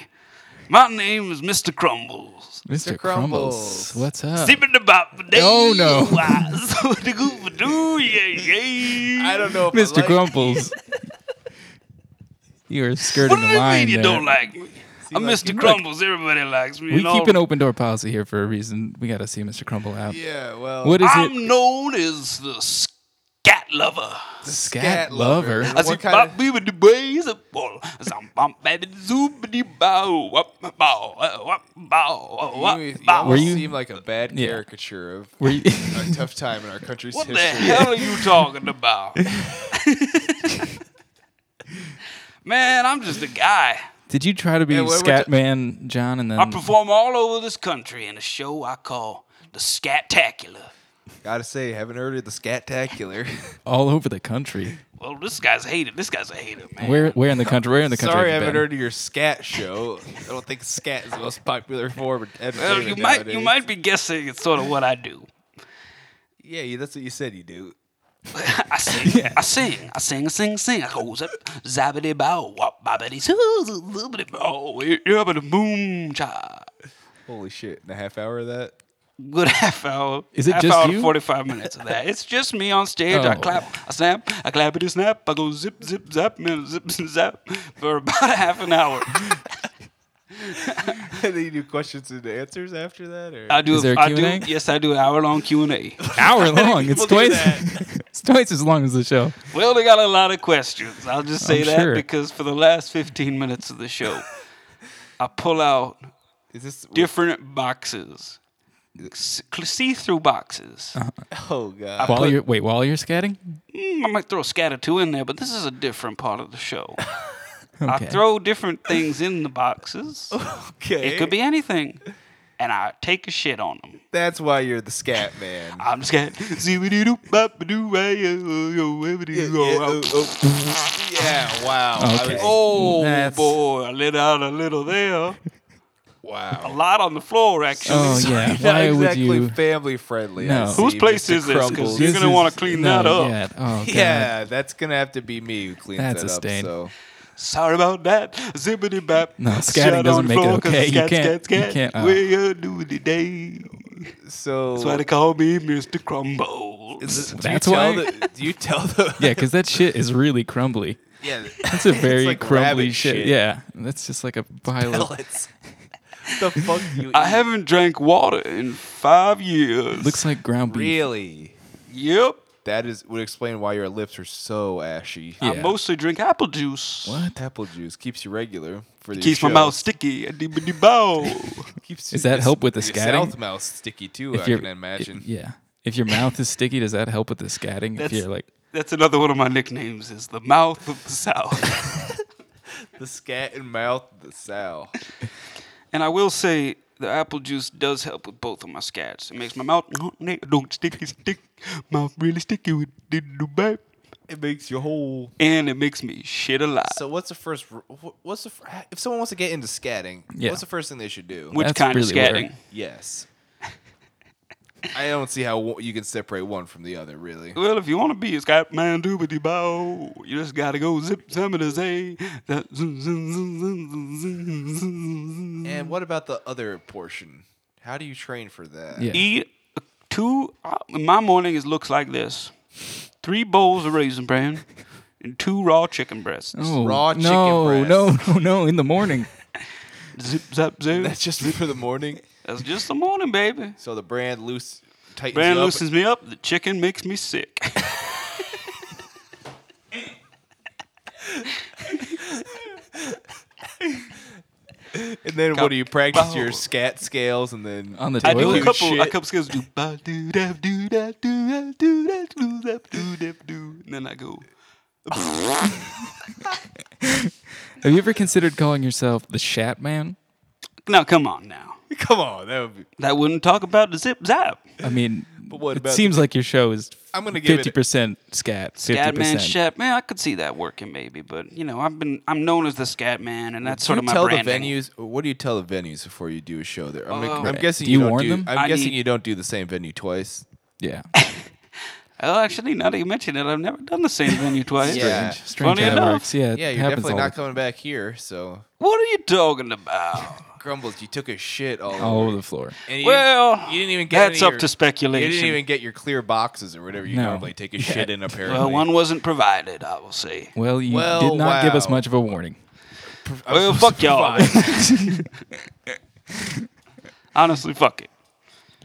A: My name is Mr. Crumbles.
C: Mr.
B: Crumbles.
C: Crumbles. What's up?
A: Sipping the bop the day.
C: Oh, no.
A: Why, so the goof do, yeah, yeah.
B: I don't know if I
C: Mr.
B: like-
C: Crumbles. you are skirting
A: What do
C: the
A: you mean
C: line.
A: you
C: there.
A: don't like me? I'm
B: like
A: Mr. Crumbles. Everybody likes me.
C: we
A: you know?
C: keep an open door policy here for a reason. We got to see Mr. Crumble out.
B: Yeah. Well.
C: What is it?
A: I'm known as the scat lover.
C: Scat lover.
A: I
B: What
A: see
B: kind
A: bop
B: of-
A: bee with the bass up ball. Zom bop baby zoobity bow. Wop bow. uh, Wop bow. uh, Wop
B: You, you
A: bow.
B: almost
C: you-
B: seem like a bad
C: Yeah.
B: caricature of
C: Were you,
B: a tough time in our country's
A: What the
B: history.
A: hell are you talking about? Man, I'm just a guy.
C: did you try to be
B: Yeah, what- what
C: Scat
B: ti-
C: Man John and then
A: I
B: Mm.
A: perform all over this country in a show I call the Scatacular.
B: Gotta say, haven't heard of the Scatacular.
C: all over the country?
A: Well, this guy's a hater. This guy's a hater, man.
C: Where where in the country? Where in the country?
B: Sorry, I
C: have you
B: haven't
C: been?
B: heard of your scat show. I don't think scat is the most popular form of
A: Well,
B: entertainment.
A: you might you
B: nowadays.
A: might be guessing it's sort of what I do.
B: Yeah, you- that's what you said you do.
A: I sing, I sing, I sing, I sing, sing. I goes up, zabbity bow, wop, bobbity, zoo, zoo, zoobity bow, yabbity boom, cha.
B: Holy shit! In a half hour of that.
A: Good half hour.
C: Is it
A: half
C: just
A: hour
C: you?
A: Forty five minutes of that. It's just me on stage. I
C: Oh.
A: clap, I snap, I clappity snap. I go zip, zip, zap, man, zip, zip, zap for about a half an hour.
B: and then you do questions and answers after that, or
A: I do.
C: Is there a
A: I
C: Q&A?
A: do. Yes, I do an hour long Q and A.
C: hour long. It's
B: people do
C: twice. it's twice as long as the show.
A: Well, they got a lot of questions. I'll just say
C: I'm
A: that
C: sure.
A: because for the last fifteen minutes of the show, I pull out
B: is this?
A: different boxes, see through boxes.
C: Uh-huh.
B: oh god!
C: While
A: put-
C: you're wait, while you're scatting,
A: Mm, I might throw a scat or two in there, but this is a different part of the show. I
C: Okay.
A: throw different things in the boxes.
B: Okay,
A: It could be anything. And I take a shit on them.
B: That's why you're the scat man.
A: I'm just scat. Oh,
B: yeah. Wow. I
C: Okay.
B: was-
C: That's-
A: boy. I let out a little there. A
B: wow.
A: lot on the floor, actually.
C: Oh yeah.
B: Not
C: Why would
B: exactly
C: you?
B: family friendly. I
C: No.
B: see,
A: Whose place
B: Mr.
A: is this? 'Cause
B: Crumbles.
A: you're
C: This
A: gonna
C: is-
A: wanna clean
C: no,
A: that up.
C: yeah. Oh god.
B: Yeah, that's gonna have to be me who cleans
C: That's
B: that
C: a
B: up.
C: stain.
B: So
A: Sorry about that. Zippity bap.
C: No, scatting
A: Shit on
C: doesn't
A: the
C: make it
A: floor 'cause
C: okay. You
A: scat,
C: can't-
A: scat,
C: you
A: scat.
C: can't, uh,
A: Where you do today?
B: so
A: That's why they call me Mr. Crumble.
B: is it- do you
C: That's
B: tell
C: why-
B: The, do you tell the?
C: Yeah, because that shit is really crumbly.
B: yeah.
C: That's a very
B: like
C: crumbly
B: rabbit
C: shit.
B: shit.
C: Yeah, that's just like a pile of.
B: Pellets. the fuck you?
A: I
B: eat?
A: haven't drank water in five years.
C: Looks like ground beef.
B: really.
A: yep.
B: That is would explain why your lips are so ashy. Um,
A: I
C: Yeah.
A: mostly drink apple juice.
B: What? Apple juice keeps you regular for the
A: Keeps my mouth sticky. bow.
B: Keeps
C: Does that help with the
B: your
C: scatting?
B: South mouth sticky too. I
C: your-
B: can imagine.
C: Yeah. If your mouth is sticky, does that help with the scatting?
A: That's-
C: if you're like,
A: That's another one of my nicknames is the mouth of the South.
B: The scat and mouth, the sow.
A: and I will say the apple juice does help with both of my scats. It makes my mouth don't sticky stick. Mouth really sticky with do do bap.
B: It makes you whole.
A: And it makes me shit a lot.
B: So what's the first? r- wh- What's the fir- if someone wants to get into scatting?
C: Yeah.
B: What's the first thing they should do?
A: Which
C: That's
A: kind
C: really
A: of
C: where-
A: scatting?
B: yes. I don't see how one- you can separate one from the other, really.
A: Well, if you want to be a Scatman doobity bow, you just gotta go zip zamida zay. That zoom, zoom, zoom, zoom, zoom, zoom, zoom, zoom.
B: And what about the other portion? How do you train for that?
C: Yeah.
A: Eat E, two. Uh, my morning is looks like this: three bowls of raisin bran and two raw chicken breasts.
C: Oh,
B: raw chicken
C: no,
B: breast.
C: no, no, no! In the morning,
A: Zip zap zoo.
B: That's just for the morning.
A: That's just the morning, baby.
B: So the brand loose tightens
A: Bran
B: you up.
A: loosens me up. The chicken makes me sick.
B: and then what do you practice
A: Oh.
B: your scat scales and then
C: On the
A: I do
B: take
A: a
C: Toilet
B: you
A: couple.
B: shit?
A: I couple skills. Do ba do da do da do da do da do da do da do, and then I go.
C: have you ever considered calling yourself the Shat Man?
A: Now come on, now.
B: Come on, that would be.
A: That wouldn't talk about the zip zap.
C: I mean,
B: what
C: it
B: about
C: seems like your show is
B: I'm gonna give it-
C: fifty percent scat, fifty
A: Scat man,
C: percent.
A: shat man. I could see that working maybe, but you know, I've been I'm known as the scat man, and that's sort
B: you
A: of my
B: tell
A: branding. Um,
B: the venues. What do you tell the venues before you do a show there? I'm, I'm
C: Right.
B: guessing
C: Do
B: you,
C: you
B: don't
C: warn
B: do,
C: them?
B: I'm
A: I
B: guessing
A: need-
B: you don't do the same venue twice.
C: Yeah,
A: Oh, actually, now that you mention it, I've never done the same venue twice.
B: Yeah.
C: strange, strange
A: Funny
C: how it
A: enough.
C: works. Yeah, it
B: Yeah, you're
C: happens
B: definitely
C: all
B: not coming back here. So
A: What are you talking about?
B: grumbles, you took a shit all,
C: all
B: over.
C: over the floor.
B: And you,
A: Well,
B: you didn't even get
A: That's
B: any
A: up
B: of your-
A: to
B: You
A: speculation.
B: didn't even get your clear boxes or whatever you
C: No.
B: normally take a shit in. Apparently,
A: well, one wasn't provided, I will say.
C: Well, you
B: Well,
C: did not give us
B: wow.
C: much of a warning.
A: Well, fuck y'all. Honestly, fuck it.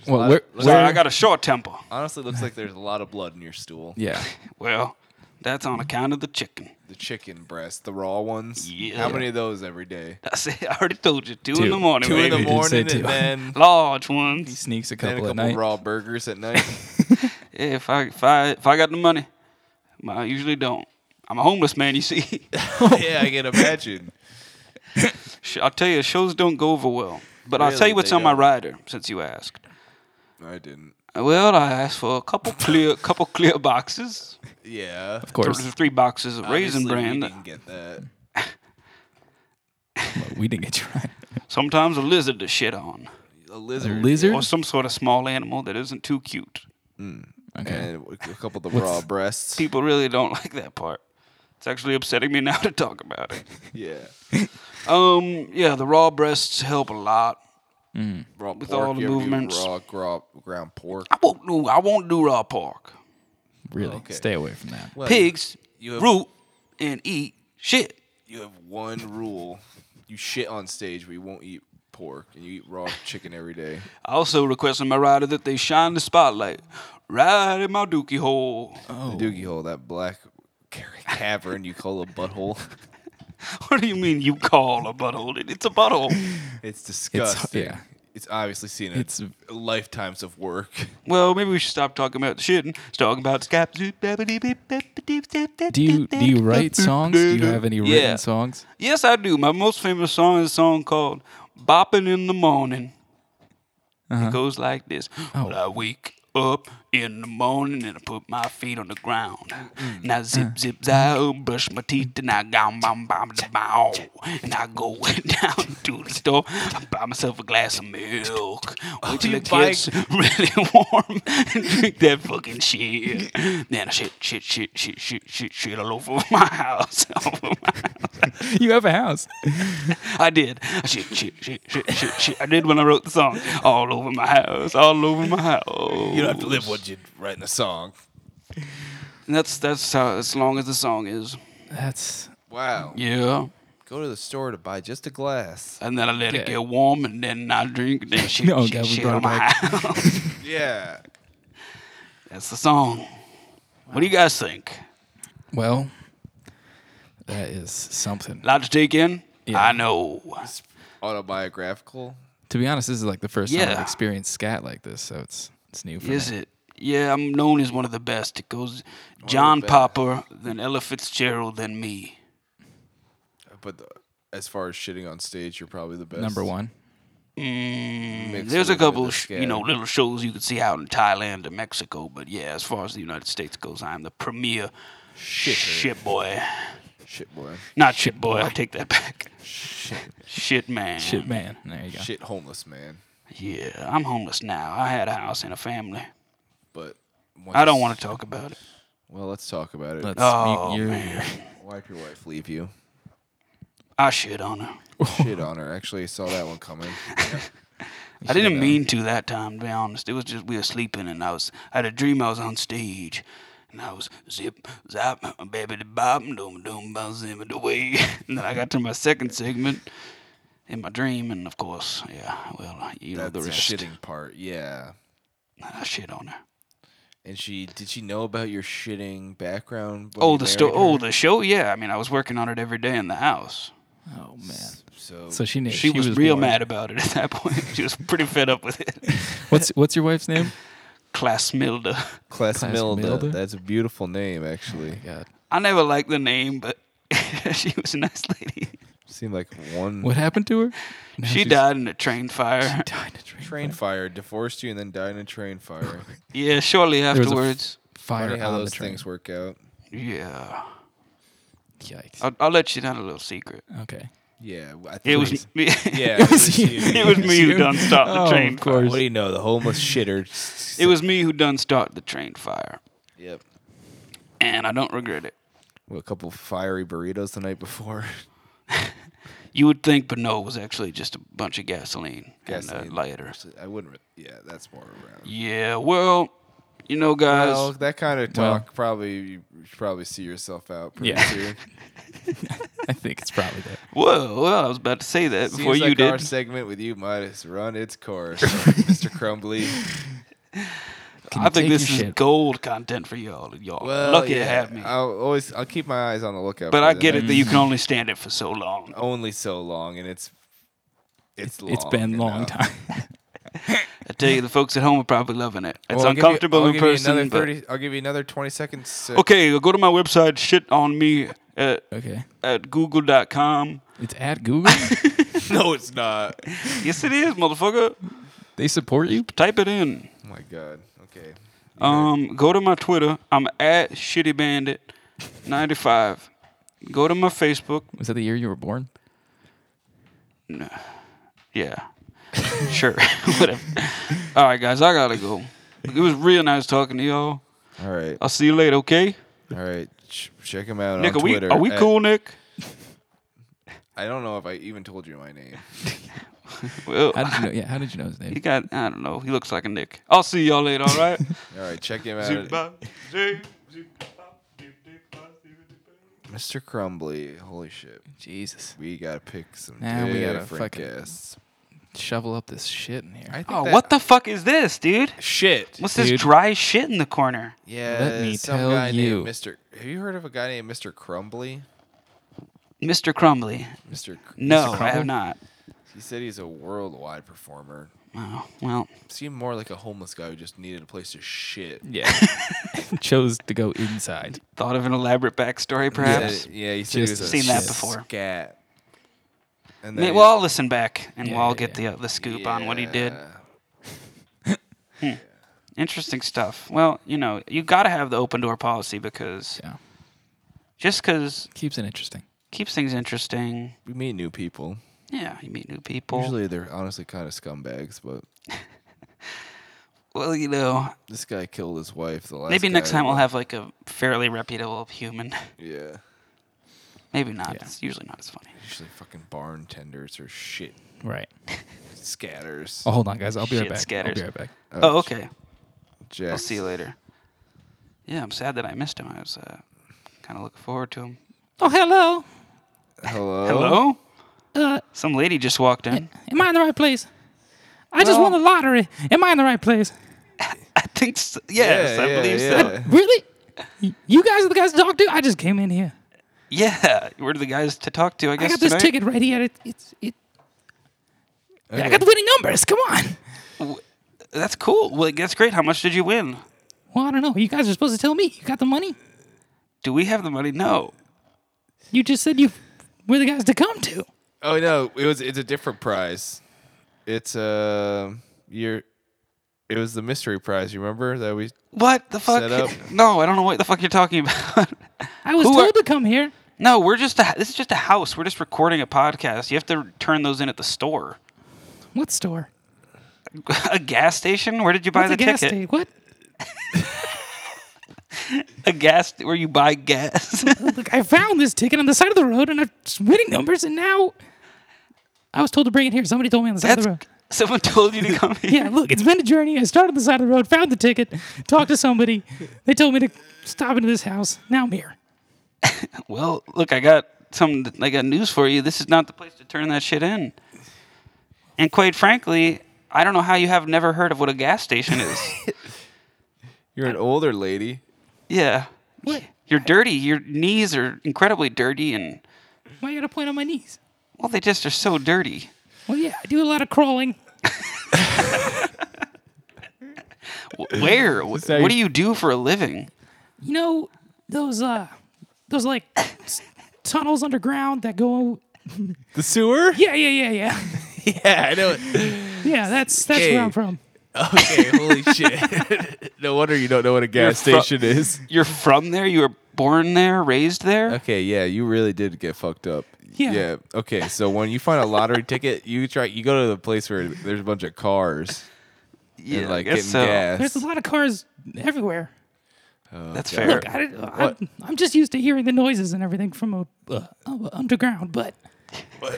C: Well, where,
B: let's-
A: Sorry,
C: where-
A: I got a short temper.
B: honestly looks like there's a lot of blood in your stool.
C: yeah,
A: Well, that's on account of the chicken.
B: The chicken breast, the raw ones.
A: Yeah.
B: How many of those every day?
A: I said, I already told you, two, in
C: Two.
A: the morning,
B: Two in the
A: baby.
C: did say
B: morning
C: two.
B: and then,
A: Large ones.
C: he sneaks a
B: then a
C: couple,
B: couple
C: at night.
B: raw burgers at night.
A: Yeah, if I if I if I got the money, but I usually don't. I'm a homeless man, you see.
B: yeah, I can imagine.
A: Sh- I'll tell you, shows don't go over well. But I'll tell
B: Really,
A: you what's
B: they
A: on my
B: don't.
A: rider, since you asked.
B: I didn't.
A: Well, I asked for a couple clear, couple clear boxes,
B: Yeah.
C: Of
A: th-
C: course,
A: three boxes of raisin
B: Obviously,
A: bran.
B: We didn't get that.
C: Well, we didn't get you right.
A: Sometimes a lizard to shit on,
B: A lizard.
C: Lizard.
A: or some sort of small animal that isn't too cute.
C: Okay.
B: And a couple of the raw breasts.
A: People really don't like that part. It's actually upsetting me now to talk about it.
B: Yeah.
A: Um, yeah, the raw breasts help a lot.
B: Raw
A: With
B: pork.
A: all the
B: you ever do
A: movements.
B: Raw, raw ground pork.
A: I won't do I won't do raw pork.
C: Really, stay away from that.
B: Well,
A: Pigs
B: you have-
A: root and eat shit.
B: You have one rule. You shit on stage, but you won't eat pork. And you eat raw chicken every day.
A: I also requested my rider that they shine the spotlight right in my dookie hole.
B: The doogie hole, that black ca- cavern you call a butthole.
A: What do you mean you call a butthole? It- It's a butthole.
B: It's disgusting.
C: yeah.
B: It's obviously seen
C: It's-
B: it's lifetimes of work.
A: Well, maybe we should stop talking about the shit and start talking about scap.
C: Do you do you write songs? Do you have any written
A: Yeah.
C: songs?
A: Yes, I do. My most famous song is a song called Bopping in the Morning. It goes like this. Well, I wake up in the morning and I put my feet on the ground. And I zip, zip, zap, brush my teeth and I gom, bom, bom, da, bow. And I go down to the store. I buy myself a glass of milk. Wait till
B: you
A: it
B: buy-
A: gets really warm and drink that fucking shit. Then I shit, shit, shit, shit, shit, shit, shit all over my house. All over my house.
C: You have a house.
A: I did. Shit, shit, shit, shit, shit, shit. I did when I wrote the song. All over my house, all over my house.
B: You don't have to live what you write in a song.
A: And that's that's how as long as the song is.
C: That's
B: Wow.
A: Yeah.
B: Go to the store to buy just a glass.
A: And then I let it get warm, and then I drink, and then shit,
C: No,
A: shit,
C: God, we
A: shit
C: brought
A: on
C: it
A: my
C: back.
A: house.
B: Yeah.
A: That's the song. What do you guys think?
C: well. That is something.
A: A lot to take in.
C: Yeah.
A: I know.
B: Autobiographical.
C: To be honest, this is like the first time I've
A: Yeah.
C: experienced scat like this, so it's it's new for
A: Is
C: me.
A: it? Yeah, I'm known as one of the best. It goes John
B: best.
A: Popper, then Ella Fitzgerald, then me.
B: But the, as far as shitting on stage, you're probably the best.
C: Number one.
B: Mixed
A: Mm. There's a
B: with the
A: couple, sh- you
B: scat.
A: know, little shows you can see out in Thailand or Mexico, but yeah, as far as the United States goes, I'm the premier shit, boy.
B: Shit boy.
A: Not shit boy. I take that back. Shit, man.
C: Shit man. There you go.
B: Shit homeless man.
A: Yeah, I'm homeless now. I had a house and a family.
B: But once
A: I don't want to talk about it.
B: Well, let's talk about it.
C: Let's
A: Oh,
C: you, you-
A: man.
B: Why'd your wife leave you?
A: I shit on her.
B: Shit on her. Actually, I saw that one coming.
A: I didn't mean to that time, to be honest. It was just we were sleeping, and I was I had a dream I was on stage, and I was zip zap baby the bop doom doom bop zip it away. And then I got to my second segment in my dream, and of course, yeah, well, you know
B: That's
A: the
B: the
A: rest.
B: shitting part. Yeah.
A: I shit on her.
B: And she did she know about your shitting background? when
A: Oh,
B: you
A: the sto-
B: married her?
A: oh the show, yeah. I mean, I was working on it every day in the house.
C: Oh man.
B: So,
C: So she knew
A: She, was, real
C: warned.
A: mad about it at that point. she was pretty fed up with it.
C: What's what's your wife's name?
A: Class Milda.
B: Class
C: Class
B: Milda.
C: Milda?
B: That's a beautiful name, actually.
C: God.
A: I never liked the name, but she was a nice lady.
B: Seemed like one
C: What happened to her? Now
A: She
C: she's-
A: died in a train fire.
C: Died in a train,
B: train fire divorced you and then died in a train fire.
A: Yeah, shortly
C: was a f-
A: afterwards.
C: fire
B: Funny how
C: on the
B: those
C: train.
B: things work out.
A: yeah,
C: Yikes.
A: I'll, I'll let you down a little secret.
C: okay.
B: Yeah, I think
A: It was
B: Yeah,
A: yeah. it was me who done stopped the
C: Oh,
A: train
C: of
A: fire.
B: What do you know? The homeless shitter.
A: It was me who done start the train fire,
B: Yep.
A: and I don't regret it.
B: With a couple fiery burritos the night before.
A: You would think, but no, it was actually just a bunch of gasoline, and
B: Gasoline.
A: a lighter.
B: I wouldn't. Re- yeah, that's more around.
A: Yeah, well, you know, guys.
B: Well, that kind of
C: Well-
B: talk probably you should probably see yourself out pretty
C: Yeah.
B: soon.
C: I think it's probably that.
A: Whoa, well, I was about to say that before
B: Seems
A: you
B: like
A: did.
B: our segment with you might has run its course, Mr. Crumbly.
C: Can
A: I
C: you
A: think
C: take
A: this
C: your
A: is
C: shit?
A: gold content for y'all. Y'all lucky to have me.
B: I'll always I'll keep my eyes on the lookout.
A: but
B: for
A: I
B: the
A: get it
B: next-
A: that you can only stand it for so long.
B: only so long, and it's it's long
C: It's been long
B: enough.
C: time.
A: I tell you, the folks at home are probably loving it. It's
B: Well, I'll give you-
A: uncomfortable
B: I'll
A: in
B: give you
A: person.
B: another
A: but-
B: 30 I'll give you another twenty seconds. uh,
A: Okay, go to my website, shit on me at,
C: Okay.
A: at google.com.
C: It's at Google.
B: no, it's not.
A: Yes, it is, motherfucker.
C: they support you.
A: Type it in.
B: Oh my god. Okay.
A: Um, go to my Twitter. I'm at shittybandit95. Go to my Facebook.
C: Was that the year you were born?
A: Yeah. sure. Whatever. All right, guys, I gotta go. It was real nice talking to y'all.
B: All right.
A: I'll see you later, okay?
B: All right. Ch- check him out
A: Uh, Nick,
B: on
A: are we,
B: Twitter.
A: are we
B: at-
A: cool, Nick?
B: I don't know if I even told you my name.
A: Well,
C: How did you know? Yeah. How did you know his
A: he
C: name?
A: got, I don't know. He looks like a Nick. I'll see y'all later, all right?
B: All right. Check him out, at
E: Zip-a-zip-a-zip-a-zip-a-zip-a-zip-a-zip-a-zip.
B: Mr. Crumbly. Holy shit.
C: Jesus.
B: We gotta pick some
C: Nah, we gotta
B: different
C: fucking-
B: guests.
C: Shovel up this shit in here.
B: I think
A: Oh,
B: that-
A: what the fuck is this, dude?
B: shit?
A: What's
C: Dude.
A: this dry shit in the corner?
B: Yeah.
C: Let me
B: some
C: tell
B: guy
C: you.
B: named Mr. Have you heard of a guy named Mr. Crumbly?
A: Mr. Crumbly.
B: Mr. Cr-
A: No,
C: Mr.
A: I have
C: Crumble?
A: not.
B: He said he's a worldwide performer.
A: Oh, well,
B: Seemed more like a homeless guy who just needed a place to shit.
C: Yeah. Chose to go inside.
A: thought of an elaborate backstory, perhaps.
B: Yeah, yeah, he said
C: Just
B: he was a
A: seen that
B: shit
A: before.
B: Scat. And
A: May-
B: he-
A: well, I'll listen back and
C: Yeah,
A: we'll all
C: yeah,
A: get the uh, the scoop on what he did.
B: Yeah.
A: Interesting stuff. Well, you know, you got to have the open door policy because
C: Yeah.
A: just because
C: Keeps it interesting.
A: keeps things interesting.
B: We meet new people.
A: Yeah, you meet new people.
B: Usually they're honestly kind of scumbags, but
A: well, you know,
B: this guy killed his wife the last.
A: maybe next
B: guy-
A: time we'll have like a fairly reputable human.
B: Yeah,
A: Maybe not.
C: Yeah.
A: It's usually not as funny.
B: usually fucking barn tenders or shit
C: Right.
B: scatters.
C: Oh, hold on, guys. I'll be right
A: Shit
C: back. I'll
A: scatters.
C: be right back.
A: Oh, okay.
B: Jack.
A: I'll see you later. Yeah, I'm sad that I missed him. I was uh, kind of looking forward to him.
C: Oh, hello.
B: Hello.
A: Hello?
C: Uh,
A: Some lady just walked in.
C: am I in the right place? I just
A: Well-
C: won the lottery. Am I in the right place?
A: I think so. Yes,
B: Yeah,
A: I
B: yeah,
A: believe so.
B: yeah.
C: Really? Y- You guys are the guys to talk to? I just came in here.
A: Yeah, we're the guys to talk to, I
C: I
A: guess.
C: got this
A: tonight.
C: ticket right here. It, it's it. I got the winning numbers. Come on.
A: That's cool. Well, that's great. How much did you win?
C: Well, I don't know. You guys are supposed to tell me. You got the money?
A: Do we have the money? No.
C: You just said you were the guys to come to.
B: Oh no, it was it's a different prize. It's uh your it was the mystery prize, you remember? That we
A: What the fuck?
B: Set up.
A: No, I don't know what the fuck you're talking about.
C: I was
A: Who
C: told
A: are-
C: to come here.
A: no, we're just a, this is just a house. We're just recording a podcast. You have to turn those in at the store.
C: What store?
A: a gas station? Where did you buy
C: What's
A: the
C: a gas
A: ticket?
C: sta- What?
A: A gas where you buy gas.
C: Look, I found this ticket on the side of the road and I'm just winning numbers, and now I was told to bring it here. Somebody told me on the side of
A: That's
C: the road.
A: someone told you to come here.
C: Yeah, look, it's been a journey. I started on the side of the road, found the ticket, talked to somebody. They told me to stop into this house. Now I'm here.
A: Well, look, I got some. I got news for you. This is not the place to turn that shit in. And quite frankly, I don't know how you have never heard of what a gas station is.
B: You're an older lady.
A: yeah,
C: What?
A: you're dirty. Your knees are incredibly dirty, and
C: Why you got to point on my knees?
A: well, they just are so dirty.
C: Well, yeah, I do a lot of crawling.
A: W- Where? Wh-
B: how
A: what do
B: you-
A: you do for a living?
C: You know those uh those like s- tunnels underground that go
B: The sewer?
C: Yeah, yeah, yeah, yeah.
B: Yeah, I know it.
C: Yeah, that's that's where I'm
B: Okay.
C: from.
B: Okay, holy shit. no wonder you don't know what a gas
A: You're fro-
B: station is.
A: You're from there. You were born there, raised there.
B: Okay, yeah, you really did get fucked up.
C: Yeah.
B: Okay, so when you find a lottery ticket, you try you go to the place where there's a bunch of cars
A: yeah,
B: and like
A: I guess
B: getting
A: so.
B: gas.
C: There's a lot of cars everywhere.
A: That's
B: Okay.
A: fair.
C: Look, I, didn't- I'm, I'm just used to hearing the noises and everything from a, uh, uh, underground, but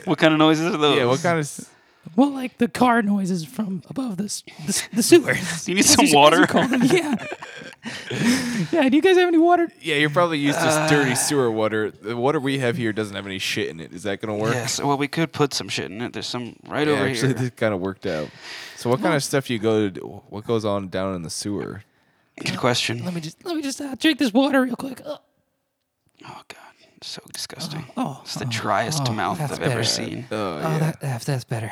A: what kind of noises are those?
B: yeah, what kind of s-
C: well, like the car noises from above the s- the, s- the sewers.
A: Do you need
C: That's
A: some
C: what you guys
A: water?
C: call them, Yeah. yeah. Do you guys have any water?
B: Yeah, you're probably used to dirty sewer water. The water we have here doesn't have any shit in it. Is that gonna work?
A: Yes. Well, we could put some shit in it. There's some right
B: Yeah,
A: over
B: actually,
A: here.
B: this kind of worked out. So, what kind of stuff you go to? What goes on down in the sewer?
A: Good question.
C: Let me just let me just uh, drink this water real quick. Uh,
A: Oh God, so disgusting.
C: oh,
A: it's the driest mouth I've
C: that's
A: ever
C: better. Uh,
A: seen.
B: Oh,
F: Oh,
B: yeah.
F: that, that's, that's better.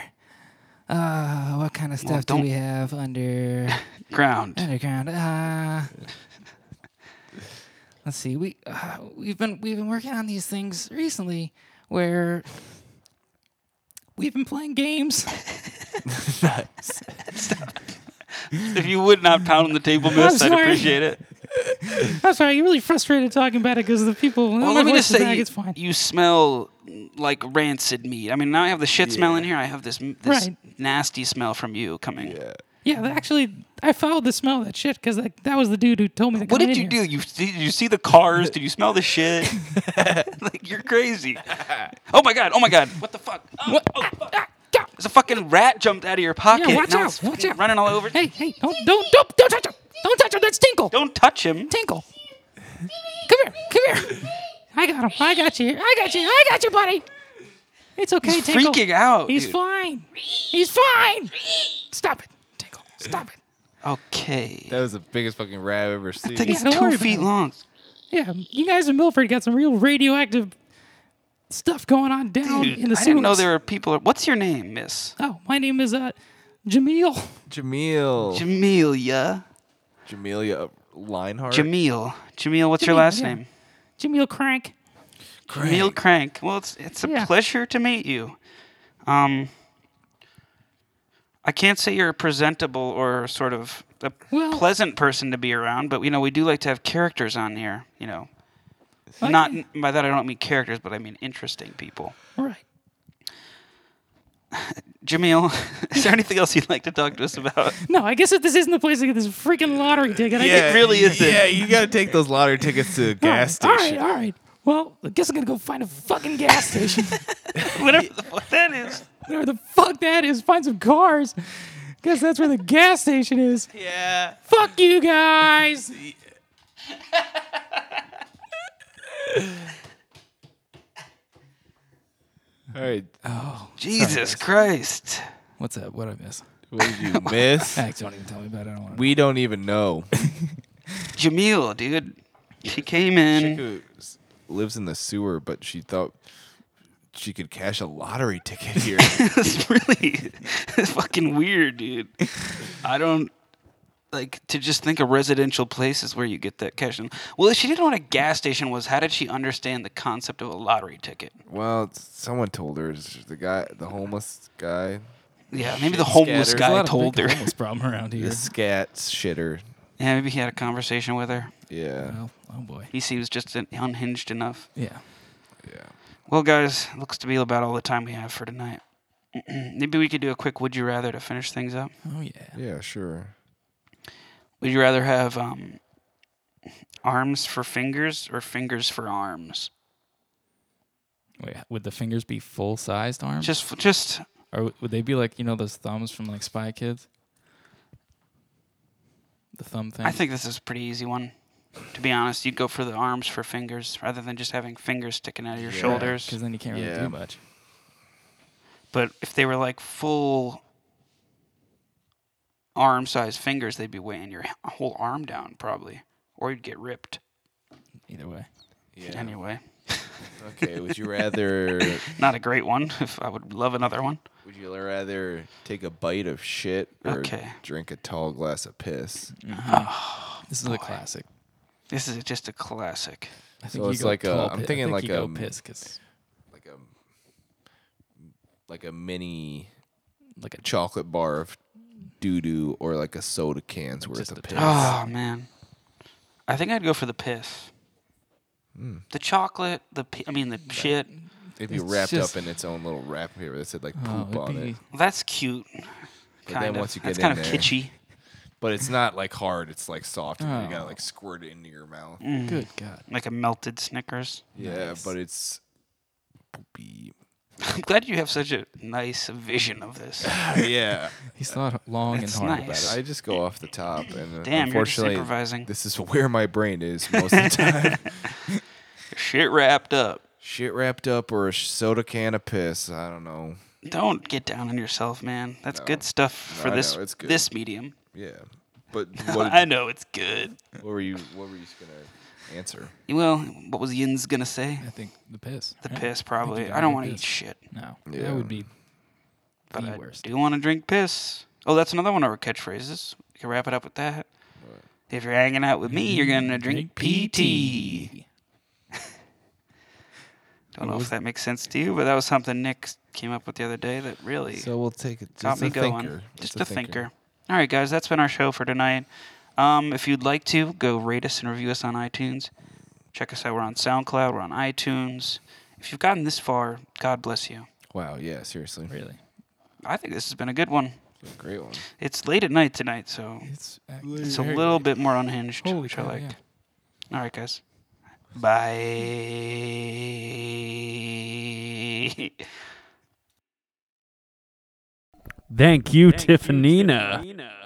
F: Uh, what kind of stuff do
A: don't-
F: we have under
A: Ground.
F: underground? Uh, let's see. We uh, we've been we've been working on these things recently, where
C: we've been playing games.
A: If you would not pound on the table, miss, I'd
C: sorry.
A: appreciate it.
C: I'm sorry, you're really frustrated talking about it because the people.
A: Well,
C: my
A: let me
C: voice
A: just
C: is
A: say,
C: back,
A: you,
C: it's fine.
A: you smell like rancid meat. I mean, now I have the shit smell in here. I have this this
C: Right.
A: nasty smell from you coming.
C: yeah, th- actually, I followed the smell of that shit because like, that was the dude who told me. To
A: What
C: come
A: did you
C: in here.
A: do? You see- did you see the cars? Did you smell the shit? like you're crazy. Oh my god! Oh my god! What the fuck? Oh, oh, fuck.
C: Ah,
A: There's a fucking rat jumped out of your pocket.
C: Yeah, watch
A: Now
C: out,
A: it's
C: watch
A: fucking
C: out.
A: Running all over.
C: Hey, hey, don't, don't, don't, don't touch him! Don't touch him! That's Tinkle!
A: Don't touch him.
C: Tinkle! Come here, come here! I got him! I got you! I got you! I got you, buddy! It's okay,
A: He's
C: Tinkle.
A: freaking out,
C: He's
A: dude.
C: fine. He's fine. Stop it, Tinkle! Stop it!
A: Okay.
B: That was the biggest fucking rat I've ever seen.
A: I think
C: Yeah,
A: it's
C: don't worry
A: two
C: about
A: feet
C: it.
A: long.
C: Yeah, you guys in Milford got some real radioactive stuff going on down
A: Dude,
C: in the
A: I didn't know
C: sewers.
A: there were people. What's your name, Miss
C: Oh, my name is uh, Jameel.
B: Jamil.
A: Jamelia?
B: Jamelia Linehart.
A: Jameel. Jameel. What's your last
C: Jameel, yeah.
A: name?
C: Jameel Crank.
A: Jameel Crank. Well, it's it's a
C: Yeah.
A: pleasure to meet you. Um, I can't say you're a presentable or sort of a
C: Well-
A: pleasant person to be around, but you know we do like to have characters on here. You know, not by that I don't mean characters, but I mean interesting people.
C: Right.
A: Jameel, is there anything else you'd like to talk to us about?
C: No, I guess if this isn't the place to get this freaking lottery ticket, I
A: Yeah,
C: get
A: it really isn't. Oh,
B: Yeah, you gotta take those lottery tickets to the gas
C: all right,
B: station.
C: All right, all right. Well, I guess I'm gonna go find a fucking gas station.
A: Whatever the fuck that is.
C: Where the fuck that is? Find some cars. Guess that's where the gas station is.
A: Yeah.
C: Fuck you guys.
B: All right.
A: Jesus Christ.
F: what's up? What I miss?
B: What did you miss?
F: Thanks. Don't even tell me about it. I don't want
B: we don't even know.
A: Jameel, dude. She came in.
B: Who s- lives in the sewer, but she thought she could cash a lottery ticket here.
A: It's really it's fucking weird, dude. I don't like to just think of residential places where you get that cash. in. Well, if she didn't know what a gas station was, how did she understand the concept of a lottery ticket?
B: well, it's- someone told her it's the guy, the homeless guy,
A: Yeah, maybe the
B: Shit
A: homeless
B: scatters.
A: guy
B: Lot
A: told her.
F: Homeless problem around here.
B: the scat shitter.
A: Yeah, maybe he had a conversation with her.
B: Yeah.
F: Well, oh boy.
A: He seems just un- unhinged enough.
F: Yeah.
A: Well, guys, looks to be about all the time we have for tonight. Maybe we could do a quick would you rather to finish things up.
F: Oh yeah.
B: Yeah, sure.
A: Would you rather have um, arms for fingers or fingers for arms?
F: Wait, would the fingers be full sized arms?
A: Just, just
F: or w- would they be like you know those thumbs from like Spy Kids? The thumb thing.
A: I think this is a pretty easy one. To be honest, you'd go for the arms for fingers rather than just having fingers sticking out of your shoulders.
F: Because then you can't really
B: Yeah.
F: do much.
A: But if they were like full arm sized fingers, they'd be weighing your h- whole arm down probably. Or you'd get ripped
F: Either way.
B: Yeah.
A: anyway.
B: Okay. Would you rather?
A: Not a great one. If I would love another one.
B: would you rather take a bite of shit or
A: Okay.
B: drink a tall glass of piss?
F: This
B: Oh,
F: is a classic.
A: This is just a classic.
F: I think
B: So
F: you
B: it's
F: go
B: like a-
F: tall
B: I'm
F: pi- I
B: thinking
F: think
B: like
F: you go
B: a-
F: piss 'cause-
B: Like a like a mini
F: like a
B: chocolate bar of doo doo or like a soda can's worth
F: Just
B: of
F: a
B: piss.
A: Oh man, I think I'd go for the piss.
B: Hmm.
A: The chocolate, the pi- I mean the shit.
B: It'd be
F: It's
B: wrapped
F: just-
B: up in its own little wrap paper that said like
F: oh,
B: poop
F: it'd
B: on
F: be-
B: it.
A: That's cute.
B: But
A: kind
B: then
A: of.
B: once you get
A: That's
B: in
A: kind of
B: there,
A: kitschy.
B: but it's not like hard. It's like soft. and You gotta
F: Oh.
B: like squirt it into your mouth.
F: Good
A: Mm.
F: God.
A: Like a melted Snickers.
B: Yeah,
F: Nice.
B: but it's poopy.
A: I'm glad you have such a nice vision of this.
B: yeah,
F: He's thought long
A: That's
F: and hard
A: nice.
F: about
B: I just go off the top, and
A: Damn, you're
B: uh,
A: just
B: unfortunately,
A: improvising.
B: this is where my brain is most of the time.
A: Shit wrapped up.
B: Shit wrapped up or a sh- soda can of piss. I don't know.
A: Don't get down on yourself, man. That's good stuff
B: No,
A: for
B: I
A: this
B: know, it's good.
A: this medium.
B: Yeah, but what,
A: I know it's good.
B: what were you? What were you just gonna answer?
A: Well, what was Yin's gonna say?
F: it. I think the piss.
A: The
F: right?
A: piss,
F: I think you
A: probably.
F: gotta
A: I don't
F: go
A: want to eat
F: piss.
A: shit.
F: No.
B: Yeah.
F: That would be
A: But
F: the
A: I
F: worst.
A: do want to drink piss. Oh, that's another one of our catchphrases. We can wrap it up with that. If you're hanging out with me, you're gonna
C: Mm,
A: drink PT. Don't know if that makes sense to you, but that was something Nick came up with the other day that really
B: So we'll take it.
A: got
B: Just
A: me
B: a
A: going.
B: thinker.
A: Just a thinker. All right, guys, that's been our show for tonight. Um, if you'd like to, go rate us and review us on iTunes. Check us out. We're on SoundCloud. We're on iTunes. If you've gotten this far, God bless you.
B: Wow. Yeah. Seriously.
F: Really.
A: I think this has been a good one.
B: Great one.
A: It's late at night tonight, so
F: It's
A: it's a little bit more unhinged,
F: Holy
A: which
F: cow,
A: I liked.
F: yeah.
A: All right, guys. Bye.
G: Thank you, Tiffany. Tiffanina.